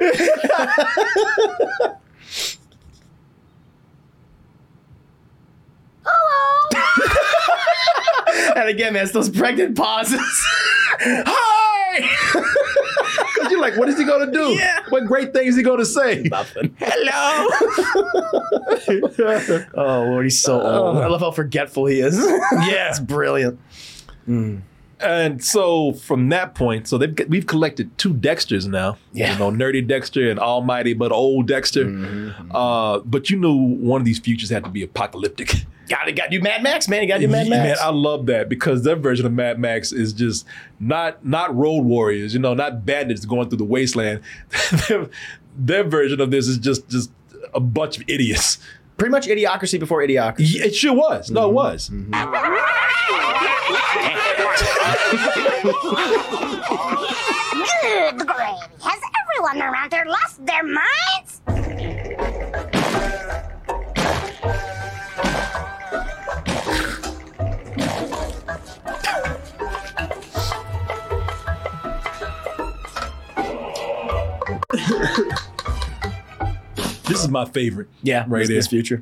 Speaker 3: and again, man, it's those pregnant pauses. Hi.
Speaker 2: Because you're like, what is he going to do?
Speaker 3: Yeah.
Speaker 2: What great thing is he going to say?
Speaker 3: Nothing. Hello. oh Lord, he's so old. I love how forgetful he is. yeah, it's brilliant.
Speaker 2: And so from that point, so they've we've collected two Dexters now.
Speaker 3: Yeah.
Speaker 2: You know, nerdy Dexter and almighty but old Dexter.
Speaker 3: Mm-hmm.
Speaker 2: Uh, but you knew one of these futures had to be apocalyptic.
Speaker 3: Got to got you, Mad Max, man. You got you, Mad
Speaker 2: Yeah,
Speaker 3: Max.
Speaker 2: Man, I love that because their version of Mad Max is just not not road warriors, you know, not bandits going through the wasteland. their, their version of this is just just a bunch of idiots.
Speaker 3: Pretty much idiocracy before idiocracy.
Speaker 2: Yeah, It sure was.
Speaker 3: Mm-hmm.
Speaker 2: No, it was.
Speaker 4: Good gravy. Has everyone around here lost their minds?
Speaker 2: This is my favorite.
Speaker 3: Yeah,
Speaker 2: right Mm-hmm.
Speaker 3: this,
Speaker 2: there.
Speaker 3: this future.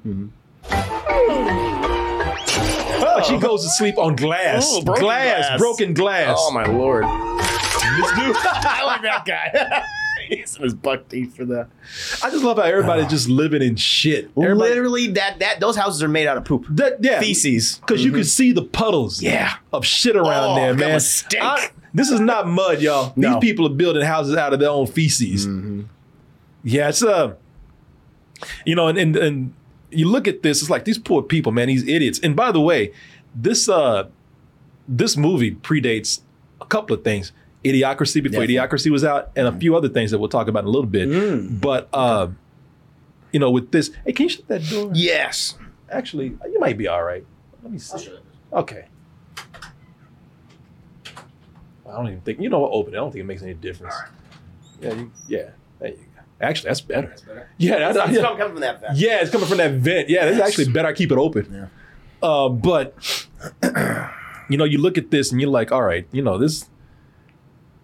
Speaker 2: Oh, she goes to sleep on glass.
Speaker 3: Ooh, broken
Speaker 2: glass,
Speaker 3: glass.
Speaker 2: broken glass.
Speaker 3: Oh my lord.
Speaker 2: This dude-
Speaker 3: I like that guy. using his buck teeth for that.
Speaker 2: I just love how everybody's just living in shit. Everybody-
Speaker 3: Literally, that that those houses are made out of poop,
Speaker 2: that, yeah,
Speaker 3: feces.
Speaker 2: because you can see the puddles
Speaker 3: Mm-hmm. Yeah.
Speaker 2: of shit around
Speaker 3: Oh,
Speaker 2: there,
Speaker 3: that
Speaker 2: man.
Speaker 3: was stink.
Speaker 2: this is not mud, y'all.
Speaker 3: No. Mm-hmm.
Speaker 2: These people are building houses out of their own feces. Yeah, it's uh, you know, and, and and you look at this, it's like these poor people, man, these idiots. And by the way, this uh, this movie predates a couple of things. Idiocracy before
Speaker 3: Definitely.
Speaker 2: Idiocracy was out, and
Speaker 3: Mm-hmm.
Speaker 2: a few other things that we'll talk about in a little bit.
Speaker 3: Mm.
Speaker 2: But uh, you know, with this, hey, can you shut that door?
Speaker 3: Yes.
Speaker 2: Actually, you might be all right. Let me see. Okay. I don't even think you know what open. it. I don't think it makes any difference. Yeah, you, yeah. There you go. Actually, that's better. Yeah, that, yeah.
Speaker 3: coming from that fact.
Speaker 2: yeah, it's coming from that vent. Yeah, that's actually better. I keep it open.
Speaker 3: Yeah.
Speaker 2: Uh, but you know, you look at this and you're like, all right, you know this.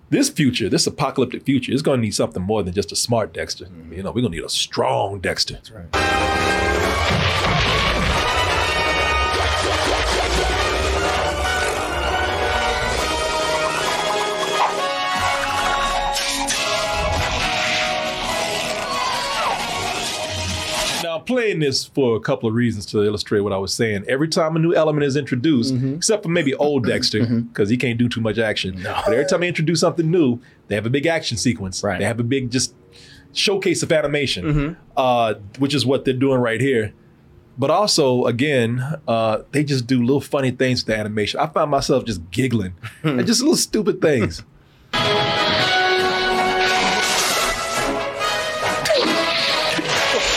Speaker 2: This future, this apocalyptic future, is going to need something more than just a smart Dexter.
Speaker 3: Mm-hmm.
Speaker 2: You know, we're going to need a strong Dexter. That's right. Now, I'm playing this for a couple of reasons to illustrate what I was saying. Every time a new element is introduced, except for maybe old Dexter, because he can't do too much action. But every time they introduce something new, they have a big action sequence.
Speaker 3: Right.
Speaker 2: They have a big just showcase of animation, uh, which is what they're doing right here. But also, again, uh, they just do little funny things with the animation. I found myself just giggling at just little stupid things.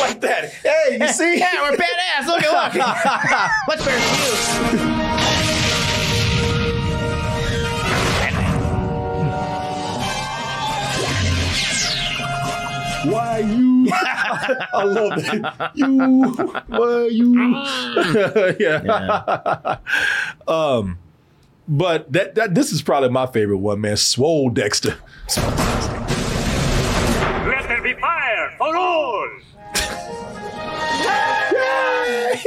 Speaker 2: like that. Hey, you see?
Speaker 3: Yeah, we're badass. Look at look. Much better than you.
Speaker 2: Why you? I love that. You, why you? yeah. um, but that that this is probably my favorite one, man. Swole Dexter.
Speaker 5: Let there be fire for all!
Speaker 3: You-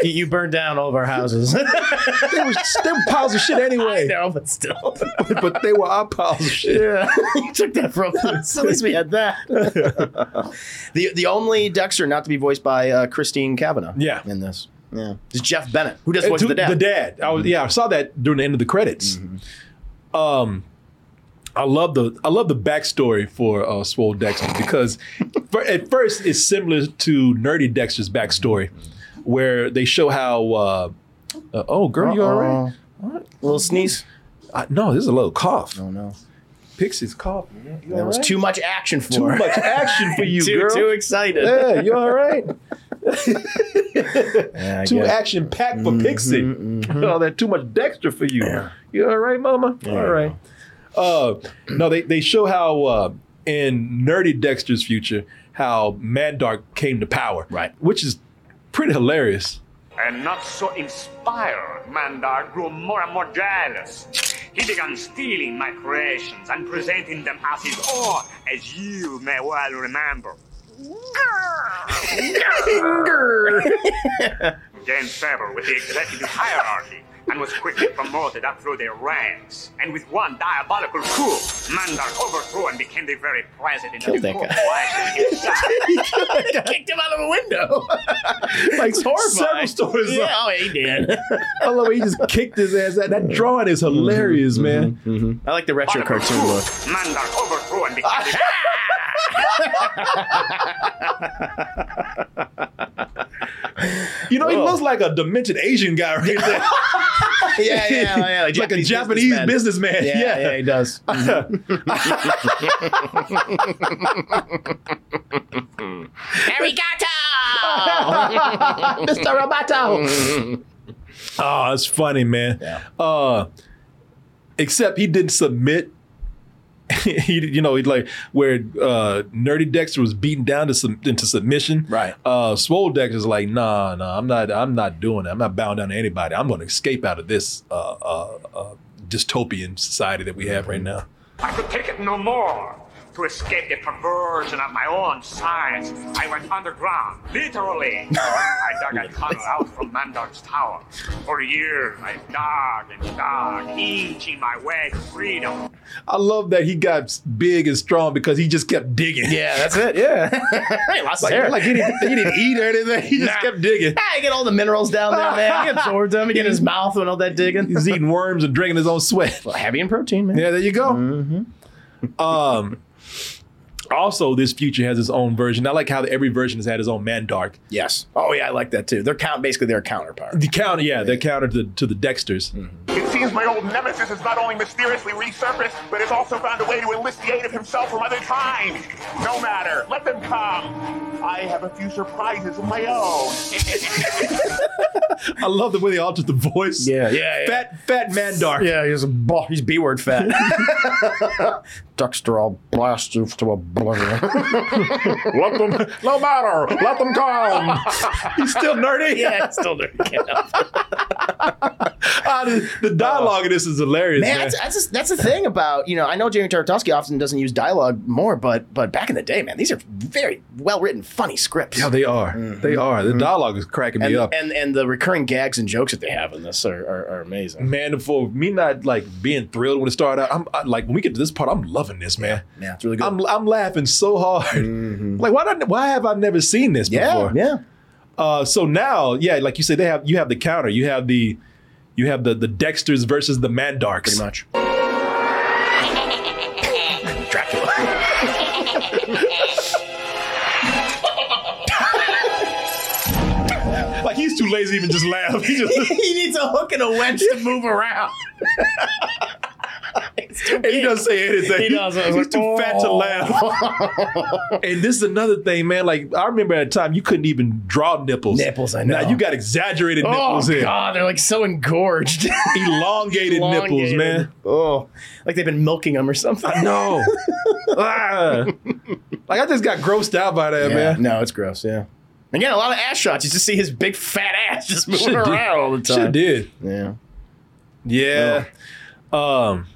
Speaker 3: You burned down all of our houses.
Speaker 2: They was they were piles of shit anyway,
Speaker 3: no, but still.
Speaker 2: but they were our piles of shit.
Speaker 3: Yeah, you took that from us. At least we had that. the the only Dexter not to be voiced by uh, Christine Kavanaugh.
Speaker 2: Yeah.
Speaker 3: in this. Yeah, it's Jeff Bennett who does
Speaker 2: Uh,
Speaker 3: voice
Speaker 2: to-
Speaker 3: the dad.
Speaker 2: The dad. I was, yeah, I saw that during the end of the credits.
Speaker 3: Mm-hmm.
Speaker 2: Um, I love the I love the backstory for uh, Swole Dexter because for, at first it's similar to Nerdy Dexter's backstory,
Speaker 3: Mm-hmm.
Speaker 2: where they show how. Uh, uh, oh, girl, you all right?
Speaker 3: Little sneeze.
Speaker 2: I, no, this is a little cough.
Speaker 3: Oh no,
Speaker 2: Pixie's cough. You
Speaker 3: that
Speaker 2: all
Speaker 3: was
Speaker 2: right?
Speaker 3: too much action for
Speaker 2: Too
Speaker 3: her.
Speaker 2: much action for you,
Speaker 3: too,
Speaker 2: girl.
Speaker 3: too excited.
Speaker 2: yeah, you all right?
Speaker 3: Yeah, I
Speaker 2: too
Speaker 3: guess. Mm-hmm,
Speaker 2: action packed for Pixie. Oh, that too much Dexter for you. You all right, Mama? all right. Uh, no, they they show how uh, in Nerdy Dexter's future how Mad Dark came to power,
Speaker 3: Right.
Speaker 2: Which is pretty hilarious.
Speaker 5: And not so inspired, Mandar grew more and more jealous. He began stealing my creations and presenting them as his own, as you may well remember. James Faber with the executive hierarchy and was quickly promoted up through their ranks. And with one diabolical coup, Mandar overthrew and became the very president
Speaker 3: Killed
Speaker 5: of the
Speaker 3: that guy.
Speaker 5: corporation himself.
Speaker 3: Kicked him out of a window. like it's
Speaker 2: several
Speaker 3: horrifying.
Speaker 2: stories
Speaker 3: Yeah,
Speaker 2: up.
Speaker 3: oh, he did.
Speaker 2: I love how he just kicked his ass. That that drawing is hilarious,
Speaker 3: Mm-hmm,
Speaker 2: man.
Speaker 3: I like the retro
Speaker 5: Barnacle
Speaker 3: cartoon
Speaker 5: Crew,
Speaker 3: look. Ah,
Speaker 5: Mandar overthrew and became the
Speaker 2: You know, he
Speaker 3: Whoa.
Speaker 2: looks like a demented Asian guy right there,
Speaker 3: Yeah, yeah, yeah.
Speaker 2: like, a Japanese businessman.
Speaker 3: Yeah, yeah, he does. Mr. Roboto.
Speaker 2: Oh, that's funny, man.
Speaker 3: Yeah.
Speaker 2: Uh, except he didn't submit. he, you know, he like where uh, Nerdy Dexter was beaten down to sub- into submission.
Speaker 3: Right.
Speaker 2: Uh, Swole Dexter's like, nah, nah, I'm not, I'm not doing it. I'm not bowing down to anybody. I'm going to escape out of this uh,
Speaker 3: Mm-hmm.
Speaker 2: uh, uh, dystopian society that we have right now.
Speaker 5: I could take it no more. To To escape the perversion of my own science, I went underground, literally. I dug a tunnel out from Mandark's tower. For years, I dug and dug, inching my way to freedom.
Speaker 2: I love that he got big and strong because he just kept digging.
Speaker 3: Yeah, that's it. Yeah. he lost his hair.
Speaker 2: Like, like he, didn't, he didn't eat or anything. He just
Speaker 3: Nah.
Speaker 2: kept digging.
Speaker 3: Ah, you get all the minerals down there, man. He absorbed them. He get in his mouth and all that digging.
Speaker 2: He's eating worms and drinking his own sweat.
Speaker 3: Heavy in protein, man.
Speaker 2: Yeah, there you go.
Speaker 3: Mm-hmm.
Speaker 2: Um, also, this future has its own version. I like how every version has had its own Mandark.
Speaker 3: Yes. Oh yeah, I like that too. They're count basically their counterpart.
Speaker 2: The counter, yeah, they're counter to, to the Dexters.
Speaker 3: Mm.
Speaker 5: It seems my old nemesis has not only mysteriously resurfaced, but has also found a way to enlist the aid of himself from other kind. No matter, let them come. I have a few surprises of my own.
Speaker 2: I love the way they altered the voice.
Speaker 3: Yeah, yeah, yeah.
Speaker 2: Fat, fat Mandark.
Speaker 3: Yeah, he's a bo- he's B word fat. Dexter, I'll blast you to oblivion.
Speaker 2: Let them, no matter, let them come. He's still nerdy.
Speaker 3: yeah, it's still there.
Speaker 2: Ah, the, the dialogue in this is hilarious,
Speaker 3: Man,
Speaker 2: man.
Speaker 3: that's that's, just, that's the thing about you know. I know Jamie Tartowski often doesn't use dialogue more, but but back in the day, man, these are very well written, funny scripts.
Speaker 2: yeah, they are. They are. The dialogue is cracking
Speaker 3: Mm-hmm. and,
Speaker 2: me up.
Speaker 3: and and the recurring gags and jokes that they have in this are, are, are amazing.
Speaker 2: man, for me not like being thrilled when it started out, I'm I, like when we get to this part, I'm loving this, man.
Speaker 3: Yeah, it's really good.
Speaker 2: Mm-hmm.
Speaker 3: Mm-hmm.
Speaker 2: I'm I'm laughing so hard. Like why not, why have I never seen this
Speaker 3: yeah,
Speaker 2: before?
Speaker 3: yeah.
Speaker 2: Uh, so now, yeah, like you say, they have you have the counter, you have the you have the the Dexters versus the Mandarks.
Speaker 3: Pretty much.
Speaker 2: Like he's too lazy to even just laugh. He just
Speaker 3: he needs a hook and a wedge to move around.
Speaker 2: and he doesn't say anything.
Speaker 3: He doesn't. Oh.
Speaker 2: He's too fat to laugh. and this is another thing, man. Like I remember at a time you couldn't even draw nipples.
Speaker 3: Nipples, I
Speaker 2: Now
Speaker 3: know.
Speaker 2: you got exaggerated
Speaker 3: Oh
Speaker 2: nipples here.
Speaker 3: God, they're like so engorged,
Speaker 2: Elongated, nipples,
Speaker 3: Elongated.
Speaker 2: man.
Speaker 3: Oh, like they've been milking them or something.
Speaker 2: No. Ah. Like I just got grossed out by that,
Speaker 3: Yeah,
Speaker 2: man.
Speaker 3: no, it's gross. Yeah. Again, a lot of ass shots. You just see his big fat ass just moving
Speaker 2: Sure did.
Speaker 3: around all the
Speaker 2: Sure
Speaker 3: time.
Speaker 2: did.
Speaker 3: Yeah.
Speaker 2: Yeah. Um.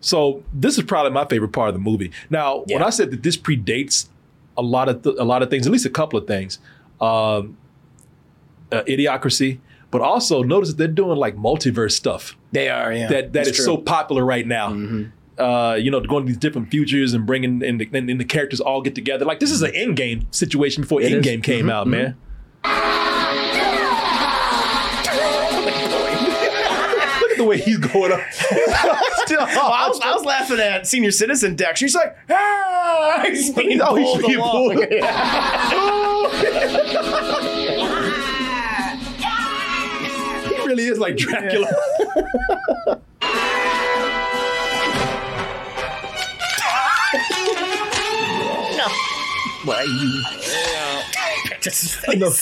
Speaker 2: So this is probably my favorite part of the movie. Now, when
Speaker 3: Yeah.
Speaker 2: I said that this predates a lot of th- a lot of things, at least a couple of things, um, uh, idiocracy, but also notice that they're doing like multiverse stuff
Speaker 3: They are. Yeah.
Speaker 2: that that is
Speaker 3: It's true. Mm-hmm.
Speaker 2: so popular right now. Uh, you know, going to these different futures and bringing in the, and, and the characters all get together. Like this is an end game situation before
Speaker 3: It
Speaker 2: end
Speaker 3: is.
Speaker 2: game
Speaker 3: Mm-hmm.
Speaker 2: came out, man. Look at the way he's going up.
Speaker 3: Still, I, was, I was laughing at Senior Citizen Deck. She's like, ah, he's being
Speaker 2: Oh,
Speaker 3: pulled
Speaker 2: he's being
Speaker 3: along.
Speaker 2: pulled. He really is like Dracula.
Speaker 3: Why you? Just his face.
Speaker 2: No.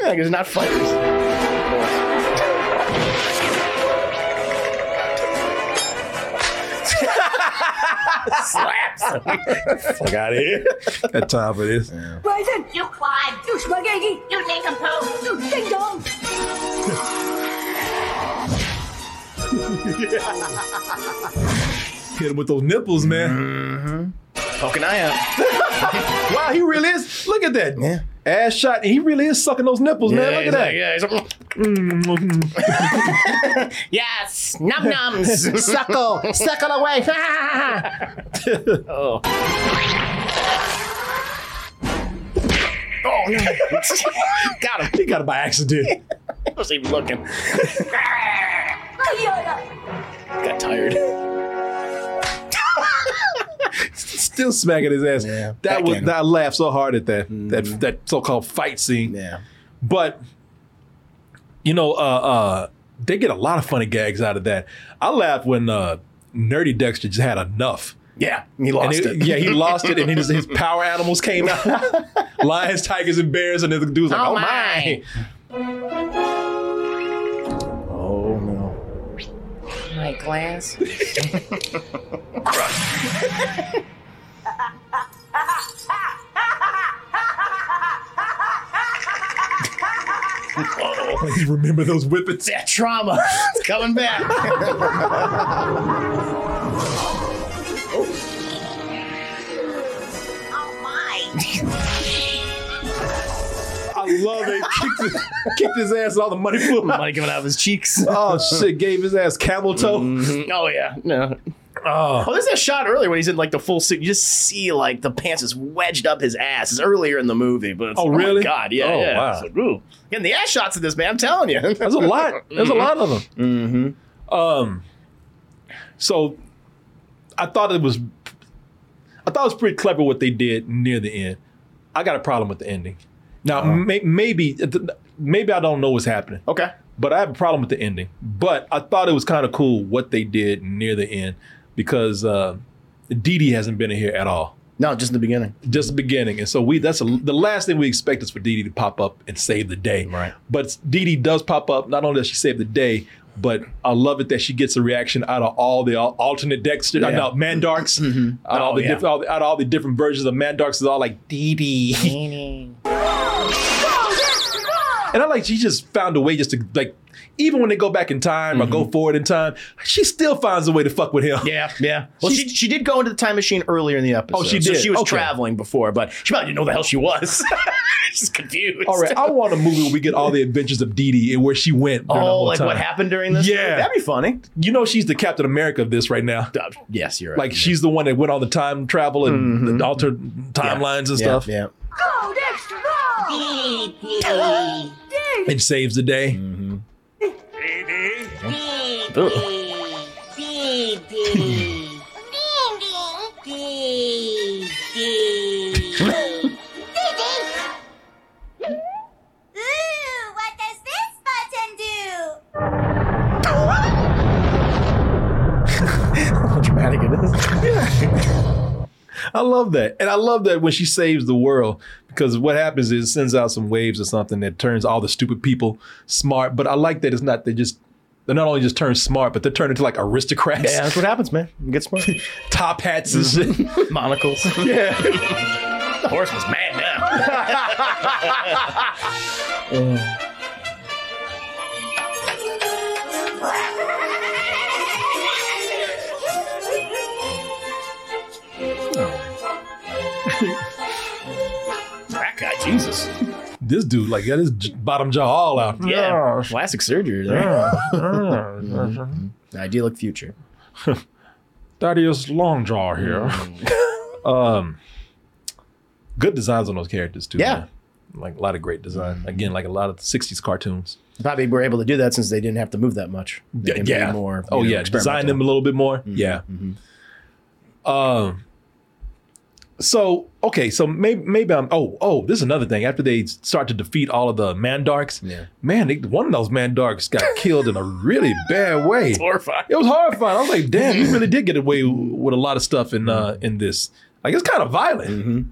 Speaker 3: Yeah, 'cause they're not fighters. Slaps.
Speaker 2: Fuck out of here. At time for this.
Speaker 9: Bison, you climb, you spaghetti, you decompose, you ding dong.
Speaker 2: Hit him with those nipples,
Speaker 3: Mm-hmm.
Speaker 2: man.
Speaker 3: Poke an eye out.
Speaker 2: Wow, he really is. Look at that.
Speaker 3: Yeah.
Speaker 2: Ass shot. and He really is sucking those nipples, man. Look at
Speaker 3: he's
Speaker 2: that.
Speaker 3: like- yeah, he's like, yes, num nums, suckle, suckle away. oh. Oh. Got him.
Speaker 2: He got it by accident.
Speaker 3: I was even looking.
Speaker 9: Ay-ya-ya.
Speaker 3: Got tired.
Speaker 2: Still smacking his ass.
Speaker 3: Yeah,
Speaker 2: that was
Speaker 3: backhand.
Speaker 2: that I laughed so hard at that that that so-called fight scene.
Speaker 3: Yeah.
Speaker 2: But you know, uh, uh, they get a lot of funny gags out of that. I laughed when uh, Nerdy Dexter just had enough.
Speaker 3: Yeah. He
Speaker 2: And
Speaker 3: lost
Speaker 2: it-
Speaker 3: it.
Speaker 2: Yeah, he lost it, and his, his power animals came out: lions, tigers, and bears. And the dude's like, "Oh,
Speaker 3: Oh,
Speaker 2: my!"
Speaker 3: my. Oh no.
Speaker 9: My glass.
Speaker 2: you remember those whippets?
Speaker 3: That trauma. It's coming back.
Speaker 9: Oh my.
Speaker 2: I love it. Kicked his, kicked his ass and all the money flew out.
Speaker 3: Money coming out of his cheeks.
Speaker 2: Oh shit! Gave his ass camel toe.
Speaker 3: Oh yeah. No.
Speaker 2: Oh,
Speaker 3: Oh, there's that shot earlier when he's in like the full suit. You just see like the pants is wedged up his ass. It's earlier in the movie, but it's
Speaker 2: Oh,
Speaker 3: like, my
Speaker 2: really?
Speaker 3: God, yeah,
Speaker 2: Oh,
Speaker 3: yeah.
Speaker 2: wow.
Speaker 3: It's like, ooh. Again, the ass shots of this man. I'm telling you.
Speaker 2: there's a lot. There's a lot of them. Mm-hmm. Um, so I thought it was, I thought it was pretty clever what they did near the end. I got a problem with the ending. Now may, maybe maybe I don't know what's happening.
Speaker 3: okay.
Speaker 2: but I have a problem with the ending. But I thought it was kind of cool what they did near the end because uh, Dee Dee hasn't been in here at all,
Speaker 3: No, just in the beginning.
Speaker 2: just the beginning. And so we that's a, the last thing we expect is for Dee Dee to pop up and save the day.
Speaker 3: Right.
Speaker 2: But Dee Dee does pop up. Not only does she save the day, but I love it that she gets a reaction out of all the al- alternate Dexter,
Speaker 3: Yeah.
Speaker 2: no, Mandarks, out, of all
Speaker 3: Oh,
Speaker 2: the
Speaker 3: yeah.
Speaker 2: diff- all the- out of all the different versions of Mandarks is all like Dee Dee. And I like she just found a way just to like even when they go back in time or go forward in time, she still finds a way to fuck with him.
Speaker 3: Mm-hmm. Yeah, yeah. Well, she, she did go into the time machine earlier in the episode.
Speaker 2: Oh, she
Speaker 3: So
Speaker 2: did.
Speaker 3: she was
Speaker 2: Okay.
Speaker 3: traveling before, but she probably didn't know the hell she was. She's confused.
Speaker 2: All right, I want a movie where we get all the adventures of Dee Dee and where she went. during the
Speaker 3: Oh,
Speaker 2: whole
Speaker 3: like what
Speaker 2: time.
Speaker 3: happened during this?
Speaker 2: Yeah.
Speaker 3: that'd be funny.
Speaker 2: You know, she's the Captain America of this right now.
Speaker 3: Uh, yes, you're right.
Speaker 2: Like she's the one that went on the time travel and the altered timelines and
Speaker 3: Mm-hmm. Yeah,
Speaker 2: stuff,
Speaker 3: Yeah.
Speaker 4: Go, Dexter, go!
Speaker 2: and saves the
Speaker 3: Mm-hmm.
Speaker 2: day.
Speaker 5: Baby,
Speaker 4: Ding, ding! Ding, ding! Ooh, what does this button do?
Speaker 3: How dramatic it is.
Speaker 2: I love that, and I love that when she saves the world because what happens is it sends out some waves or something that turns all the stupid people smart. But I like that it's not they just they're not only just turned smart, but they're turned into like aristocrats.
Speaker 3: Yeah, Mm-hmm. that's what happens, man. You get smart.
Speaker 2: top hats and shit.
Speaker 3: Monocles.
Speaker 2: yeah.
Speaker 3: The horse was mad now. that guy, Jesus.
Speaker 2: This dude like got his j- bottom jaw all out.
Speaker 3: Yeah. Plastic surgery there. Idyllic future.
Speaker 2: Thaddeus Longjaw here.
Speaker 3: Mm.
Speaker 2: um, good designs on those characters too.
Speaker 3: Yeah.
Speaker 2: man. Like a lot of great design. Again, like a lot of the '60s cartoons.
Speaker 3: Probably were able to do that since they didn't have to move that much. They can be More,
Speaker 2: oh
Speaker 3: you know,
Speaker 2: yeah. Design them a
Speaker 3: experimental. Mm-hmm,
Speaker 2: little bit more. Yeah. Um. So okay, so maybe maybe I'm. Oh oh, this is another thing. After they start to defeat all of the Mandarks,
Speaker 3: Yeah.
Speaker 2: man, they, one of those Mandarks got killed in a really bad way.
Speaker 3: Horrifying.
Speaker 2: It was horrifying. I was like, damn, you really did get away with a lot of stuff in uh,
Speaker 3: Mm-hmm.
Speaker 2: in this. Like it's kind of violent.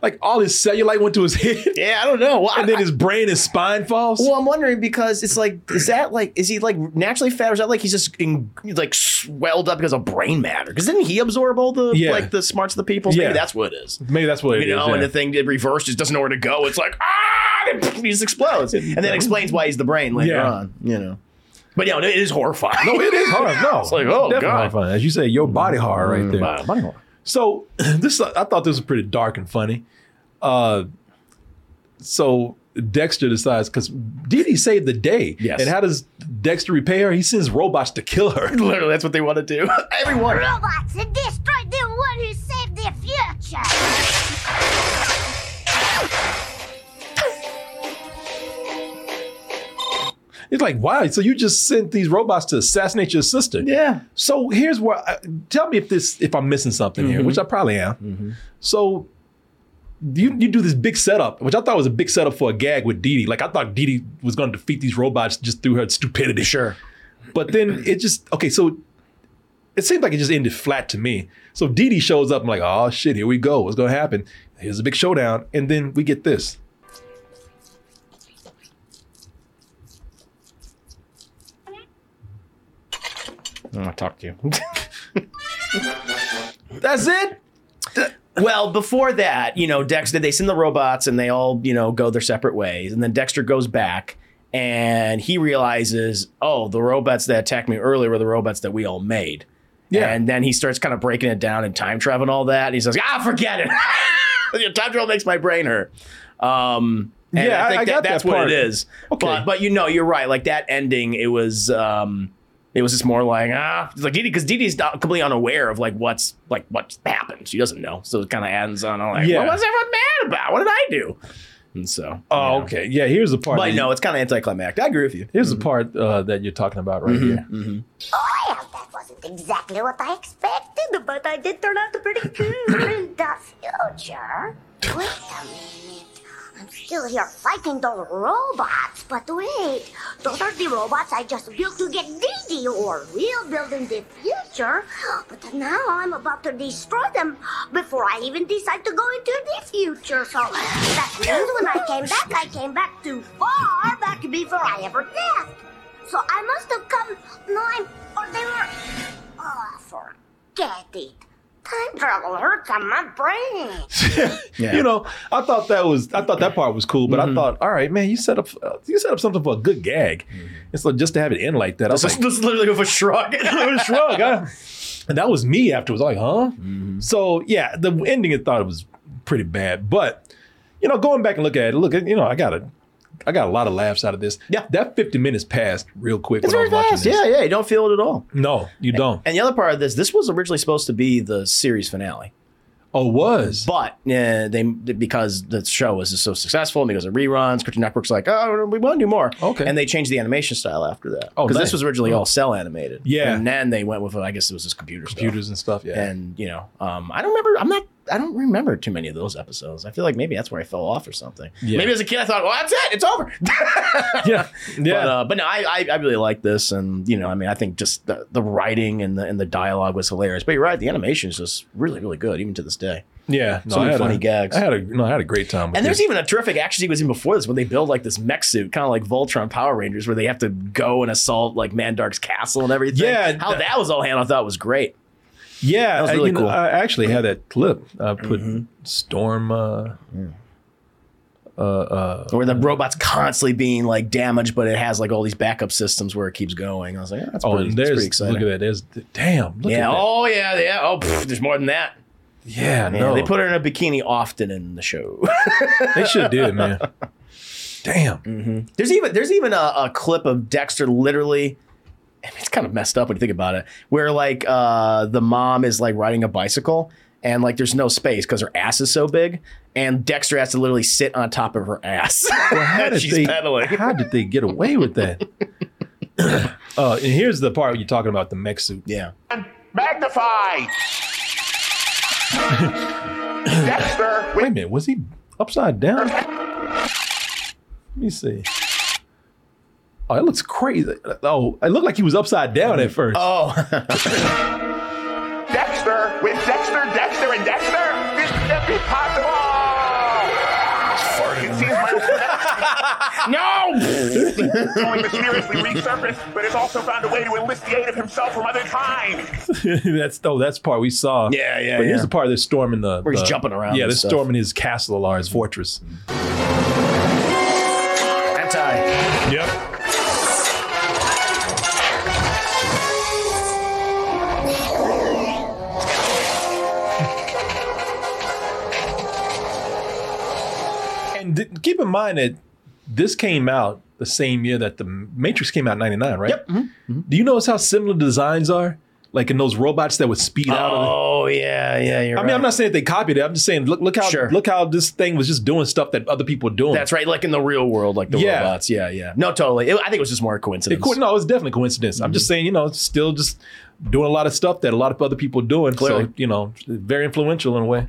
Speaker 2: Like all his cellulite went to his head,
Speaker 3: Yeah, I don't know. Well, I-
Speaker 2: and then his brain and spine falls.
Speaker 3: Well, I'm wondering because it's like, is that like, is he like naturally fat, or is that like he's just in, like swelled up because of brain matter? Because didn't he absorb all the
Speaker 2: Yeah.
Speaker 3: like the smarts of the people? Maybe
Speaker 2: Yeah.
Speaker 3: that's what it is.
Speaker 2: Maybe that's what it
Speaker 3: You
Speaker 2: is.
Speaker 3: know,
Speaker 2: yeah.
Speaker 3: and the thing it reversed just doesn't know where to go. It's like ah, and he just explodes, and then explains why he's the brain later
Speaker 2: Yeah.
Speaker 3: on. You know, but yeah, it is horrifying.
Speaker 2: no, it is hard. No, it's
Speaker 3: like, oh,
Speaker 2: definitely
Speaker 3: God. Mm-hmm.
Speaker 2: horrifying. As you say, your body hard right there.
Speaker 3: Wow, bunny hole.
Speaker 2: So this I thought this was pretty dark and funny. Uh, so Dexter decides because Dee Dee saved the day.
Speaker 3: Yes.
Speaker 2: And how does Dexter repay her? He sends robots to kill her.
Speaker 3: Literally, that's what they want to do. Everyone.
Speaker 4: Robots that destroyed the one who saved the future!
Speaker 2: It's like, wow. So you just sent these robots to assassinate your sister.
Speaker 3: Yeah.
Speaker 2: So here's where. I, tell me if this if I'm missing something here, which I probably am. So. You, you do this big setup, which I thought was a big setup for a gag with Dee Dee. Like I thought Dee Dee was going to defeat these robots just through her stupidity.
Speaker 3: Sure.
Speaker 2: But then it just okay, so it seemed like it just ended flat to me. So Dee Dee shows up, I'm like, oh shit, here we go. What's gonna happen? Here's a big showdown, and then we get this.
Speaker 3: I'm gonna talk to you.
Speaker 2: That's it.
Speaker 3: well, before that, you know, Dexter, they send the robots and they all, you know, go their separate ways. And then Dexter goes back and he realizes, oh, the robots that attacked me earlier were the robots that we all made.
Speaker 2: Yeah.
Speaker 3: And then he starts kind of breaking it down and time travel and all that. And he says, ah, forget it. Your time travel makes my brain hurt. Um, and
Speaker 2: Yeah,
Speaker 3: I
Speaker 2: I-
Speaker 3: think
Speaker 2: I
Speaker 3: that,
Speaker 2: got
Speaker 3: that's
Speaker 2: that
Speaker 3: what
Speaker 2: part.
Speaker 3: it is.
Speaker 2: Okay.
Speaker 3: But, but you know, you're right. Like that ending, it was. Um, it was just more like ah, it's like Didi because Didi's not completely unaware of like what's like what's happened. She doesn't know, so it kind of ends on like,
Speaker 2: Yeah.
Speaker 3: what was everyone mad about? What did I do? And so,
Speaker 2: Oh,
Speaker 3: you know.
Speaker 2: okay. Yeah, here's the part.
Speaker 3: But
Speaker 2: that-
Speaker 3: no, it's kind of anticlimactic. I agree with you.
Speaker 2: Here's the part uh, that you're talking about right here.
Speaker 4: Well, that wasn't exactly what I expected, but I did turn out pretty cool in the future. Wait a minute. I'm still here fighting those robots, but wait. Those are the robots I just built to get Didi, or we'll build in the future. But now I'm about to destroy them before I even decide to go into the future. So that means when I came back, I came back too far back before I ever left. So I must have come nine, or they were. Oh, forget it. Time travel hurts on my brain.
Speaker 3: Yeah. Mm-hmm.
Speaker 2: You know, I thought that was I thought that part was cool, but I thought, all right, man, you set up uh, you set up something for a good gag,
Speaker 3: Mm-hmm.
Speaker 2: and so just to have it end like that, I was like,
Speaker 3: is literally with a shrug.
Speaker 2: I was shrug. I, and that was me afterwards. Like, huh?
Speaker 3: Mm-hmm.
Speaker 2: So yeah, the ending I thought it was pretty bad, but you know, going back and look at it, look, you know, I got a, I got a lot of laughs out of this.
Speaker 3: Yeah.
Speaker 2: that fifty minutes passed real quick
Speaker 3: it's
Speaker 2: when I
Speaker 3: very
Speaker 2: was watching
Speaker 3: fast.
Speaker 2: this.
Speaker 3: Yeah, yeah. You don't feel it at all.
Speaker 2: No, you don't.
Speaker 3: And the other part of this, this was originally supposed to be the series finale,
Speaker 2: Oh, it was
Speaker 3: but uh, they because the show was just so successful and because of reruns, Cartoon Network's like, oh, we want to do more.
Speaker 2: Okay.
Speaker 3: and they changed the animation style after that.
Speaker 2: Oh,
Speaker 3: because
Speaker 2: nice.
Speaker 3: this was originally all cell animated.
Speaker 2: Yeah.
Speaker 3: and then they went with I guess it was just computer stuff.
Speaker 2: computers and stuff. Yeah.
Speaker 3: And you know, um, I don't remember. I'm not. I don't remember too many of those episodes. I feel like maybe that's where I fell off or something.
Speaker 2: Yeah.
Speaker 3: Maybe as a kid, I thought, well, that's it. It's over.
Speaker 2: yeah, yeah.
Speaker 3: But, uh, but no, I, I I really like this, and you know, I mean, I think just the, the writing and the and the dialogue was hilarious. But you're right, the animation is just really really good, even to this day.
Speaker 2: Yeah,
Speaker 3: So many
Speaker 2: I had
Speaker 3: funny
Speaker 2: a,
Speaker 3: gags.
Speaker 2: I had a no, I had a great time. With
Speaker 3: And there's
Speaker 2: this.
Speaker 3: even a terrific action sequence even before this when they build like this mech suit, kind of like Voltron Power Rangers, where they have to go and assault like Mandark's castle and everything.
Speaker 2: Yeah,
Speaker 3: how
Speaker 2: that-
Speaker 3: that was all handled, I thought was great.
Speaker 2: yeah,
Speaker 3: was
Speaker 2: I-
Speaker 3: really
Speaker 2: you know,
Speaker 3: cool. Mm-hmm.
Speaker 2: I actually had that clip. I put storm. Uh,
Speaker 3: Where the robot's constantly being like damaged, but it has like all these backup systems where it keeps going. I was like, oh, that's,
Speaker 2: oh,
Speaker 3: pretty,
Speaker 2: and
Speaker 3: that's
Speaker 2: there's
Speaker 3: pretty
Speaker 2: look at
Speaker 3: exciting.
Speaker 2: that. There's damn. Look
Speaker 3: Yeah.
Speaker 2: at that.
Speaker 3: Oh yeah. Yeah. Oh, pff, there's more than that.
Speaker 2: yeah.
Speaker 3: Man,
Speaker 2: no,
Speaker 3: they put her in a bikini often in the show.
Speaker 2: They should have did, man. Damn.
Speaker 3: Mm. There's even there's even a, a clip of Dexter literally. I mean, It's kind of messed up when you think about it. Where like uh, the mom is like riding a bicycle and like there's no space because her ass is so big, and Dexter has to literally sit on top of her ass.
Speaker 2: How did
Speaker 3: She's
Speaker 2: they?
Speaker 3: pedaling.
Speaker 2: How did they get away with that? uh, and here's the part where you're talking about the mech suit.
Speaker 3: Yeah.
Speaker 5: Magnify! Dexter,
Speaker 2: Wait a minute, was he upside down? Let me see. Oh, that looks crazy. Oh, it looked like he was upside down at first.
Speaker 3: Oh,
Speaker 5: Dexter, with Dexter, Dexter, and Dexter, this can't be possible! It seems my
Speaker 3: no!
Speaker 5: only mysteriously resurfaced, but has also found a way to enlist the aid of himself from other time.
Speaker 2: that's oh, that's the part we saw.
Speaker 3: Yeah, yeah,
Speaker 2: But
Speaker 3: yeah.
Speaker 2: here's the part they're storming the
Speaker 3: Where he's
Speaker 2: the-
Speaker 3: jumping around
Speaker 2: Yeah,
Speaker 3: and
Speaker 2: they're
Speaker 3: stuff.
Speaker 2: storming his castle or his fortress.
Speaker 3: Anti.
Speaker 2: Yep. And d- keep in mind that this came out the same year that the Matrix came out in 99, right?
Speaker 3: Yep. Mm-hmm.
Speaker 2: Do you notice how similar designs are? Like in those robots that would speed out of the-
Speaker 3: Oh yeah, yeah. You're
Speaker 2: I mean, I'm not saying that they copied it. I'm just saying, look, look how,
Speaker 3: Sure.
Speaker 2: look how this thing was just doing stuff that other people were doing.
Speaker 3: That's right. Like in the real world, like the
Speaker 2: Yeah.
Speaker 3: robots. Yeah, yeah. No, totally. It- I think it was just more a coincidence.
Speaker 2: It co- no, it's definitely coincidence. I'm
Speaker 3: Mm-hmm.
Speaker 2: just saying, you know, it's still just doing a lot of stuff that a lot of other people are doing.
Speaker 3: Clearly.
Speaker 2: So, you know, very influential in a way.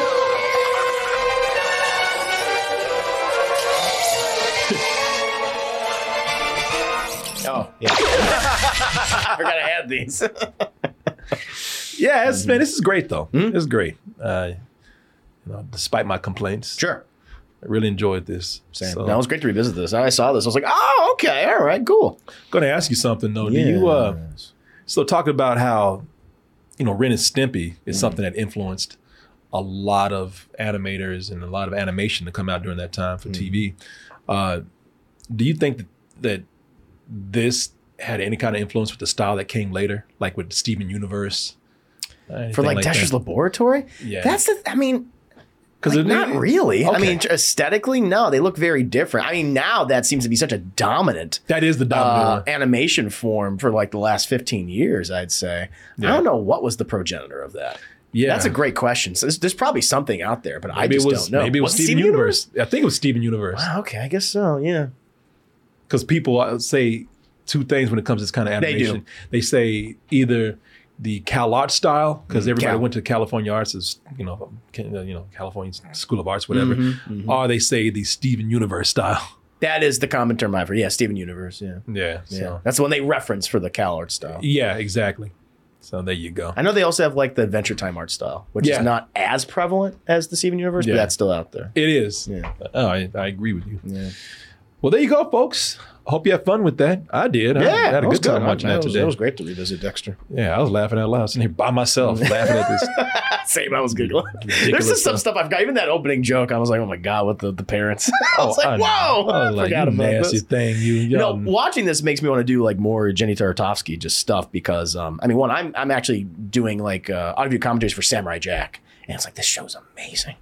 Speaker 3: Oh yeah. I forgot I had these.
Speaker 2: Yeah, it's, man, this is great though.
Speaker 3: Hmm?
Speaker 2: It's great. Uh, you know, despite my complaints,
Speaker 3: Sure.
Speaker 2: I really enjoyed this.
Speaker 3: Damn,
Speaker 2: So,
Speaker 3: That was great to revisit this. I saw this. I was like, oh, okay, all right, cool.
Speaker 2: going to ask you something though. Do you uh, so talk about how you know Ren and Stimpy
Speaker 3: Mm-hmm.
Speaker 2: is something that influenced a lot of animators and a lot of animation to come out during that time for
Speaker 3: Mm-hmm.
Speaker 2: TV. Uh, do you think that, that this had any kind of influence with the style that came later, like with Steven Universe?
Speaker 3: For like, Dexter's Laboratory?
Speaker 2: Yeah.
Speaker 3: That's the, I mean,
Speaker 2: because
Speaker 3: like, not really. I
Speaker 2: Okay.
Speaker 3: mean, aesthetically, no, they look very different. I mean, now that seems to be such a dominant
Speaker 2: That is the dominant
Speaker 3: uh,
Speaker 2: one.
Speaker 3: animation form for like the last 15 years, I'd say. I
Speaker 2: Yeah.
Speaker 3: don't know what was the progenitor of that.
Speaker 2: Yeah,
Speaker 3: That's a great question. So there's, there's probably something out there, but I
Speaker 2: Maybe
Speaker 3: just
Speaker 2: it was
Speaker 3: don't know.
Speaker 2: maybe it was
Speaker 3: Wasn't
Speaker 2: Steven
Speaker 3: Steven
Speaker 2: Universe. I think it was Steven Universe
Speaker 3: Wow, okay, I guess so. Yeah.
Speaker 2: because people uh, say two things when it comes to this kind of
Speaker 3: They do.
Speaker 2: animation. They, say either the Cal Art style because everybody
Speaker 3: Cal.
Speaker 2: went to California Arts, is you know, can- uh, you know, California School of Arts, whatever,
Speaker 3: Mm-hmm,
Speaker 2: or they say the Steven Universe style.
Speaker 3: That is the common term I've heard. Yeah, Steven Universe. Yeah.
Speaker 2: Yeah,
Speaker 3: Yeah.
Speaker 2: so
Speaker 3: That's the one they reference for the Cal art style.
Speaker 2: yeah, exactly. So there you go.
Speaker 3: I know they also have like the Adventure Time art style, which
Speaker 2: Yeah.
Speaker 3: is not as prevalent as the Steven Universe, but
Speaker 2: Yeah.
Speaker 3: that's still out there.
Speaker 2: It is.
Speaker 3: Yeah.
Speaker 2: Oh, I, I agree with you.
Speaker 3: Yeah.
Speaker 2: Well, there you go, folks. Hope you had fun with that. I did. I
Speaker 3: Yeah,
Speaker 2: had
Speaker 3: that
Speaker 2: a
Speaker 3: was
Speaker 2: good time
Speaker 3: I-
Speaker 2: watching that
Speaker 3: was-
Speaker 2: today.
Speaker 3: was great to revisit Dexter.
Speaker 2: Yeah, I was laughing out loud, sitting here by myself,
Speaker 3: Mm.
Speaker 2: laughing at this
Speaker 3: Same, I was giggling. There's
Speaker 2: Ridiculous
Speaker 3: just some
Speaker 2: stuff.
Speaker 3: stuff I've got. Even that opening joke, I was like, oh my god, with the, the parents. I was
Speaker 2: Oh, I
Speaker 3: like,
Speaker 2: know.
Speaker 3: whoa, I,
Speaker 2: was like,
Speaker 3: forgot
Speaker 2: you
Speaker 3: about
Speaker 2: nasty
Speaker 3: this.
Speaker 2: thing. You,
Speaker 3: You
Speaker 2: y'all-
Speaker 3: know, watching this makes me want to do like more Jenny Taratovsky just stuff because um, I mean, one, I'm I'm actually doing like uh, audio commentaries for Samurai Jack, and it's like this show's amazing.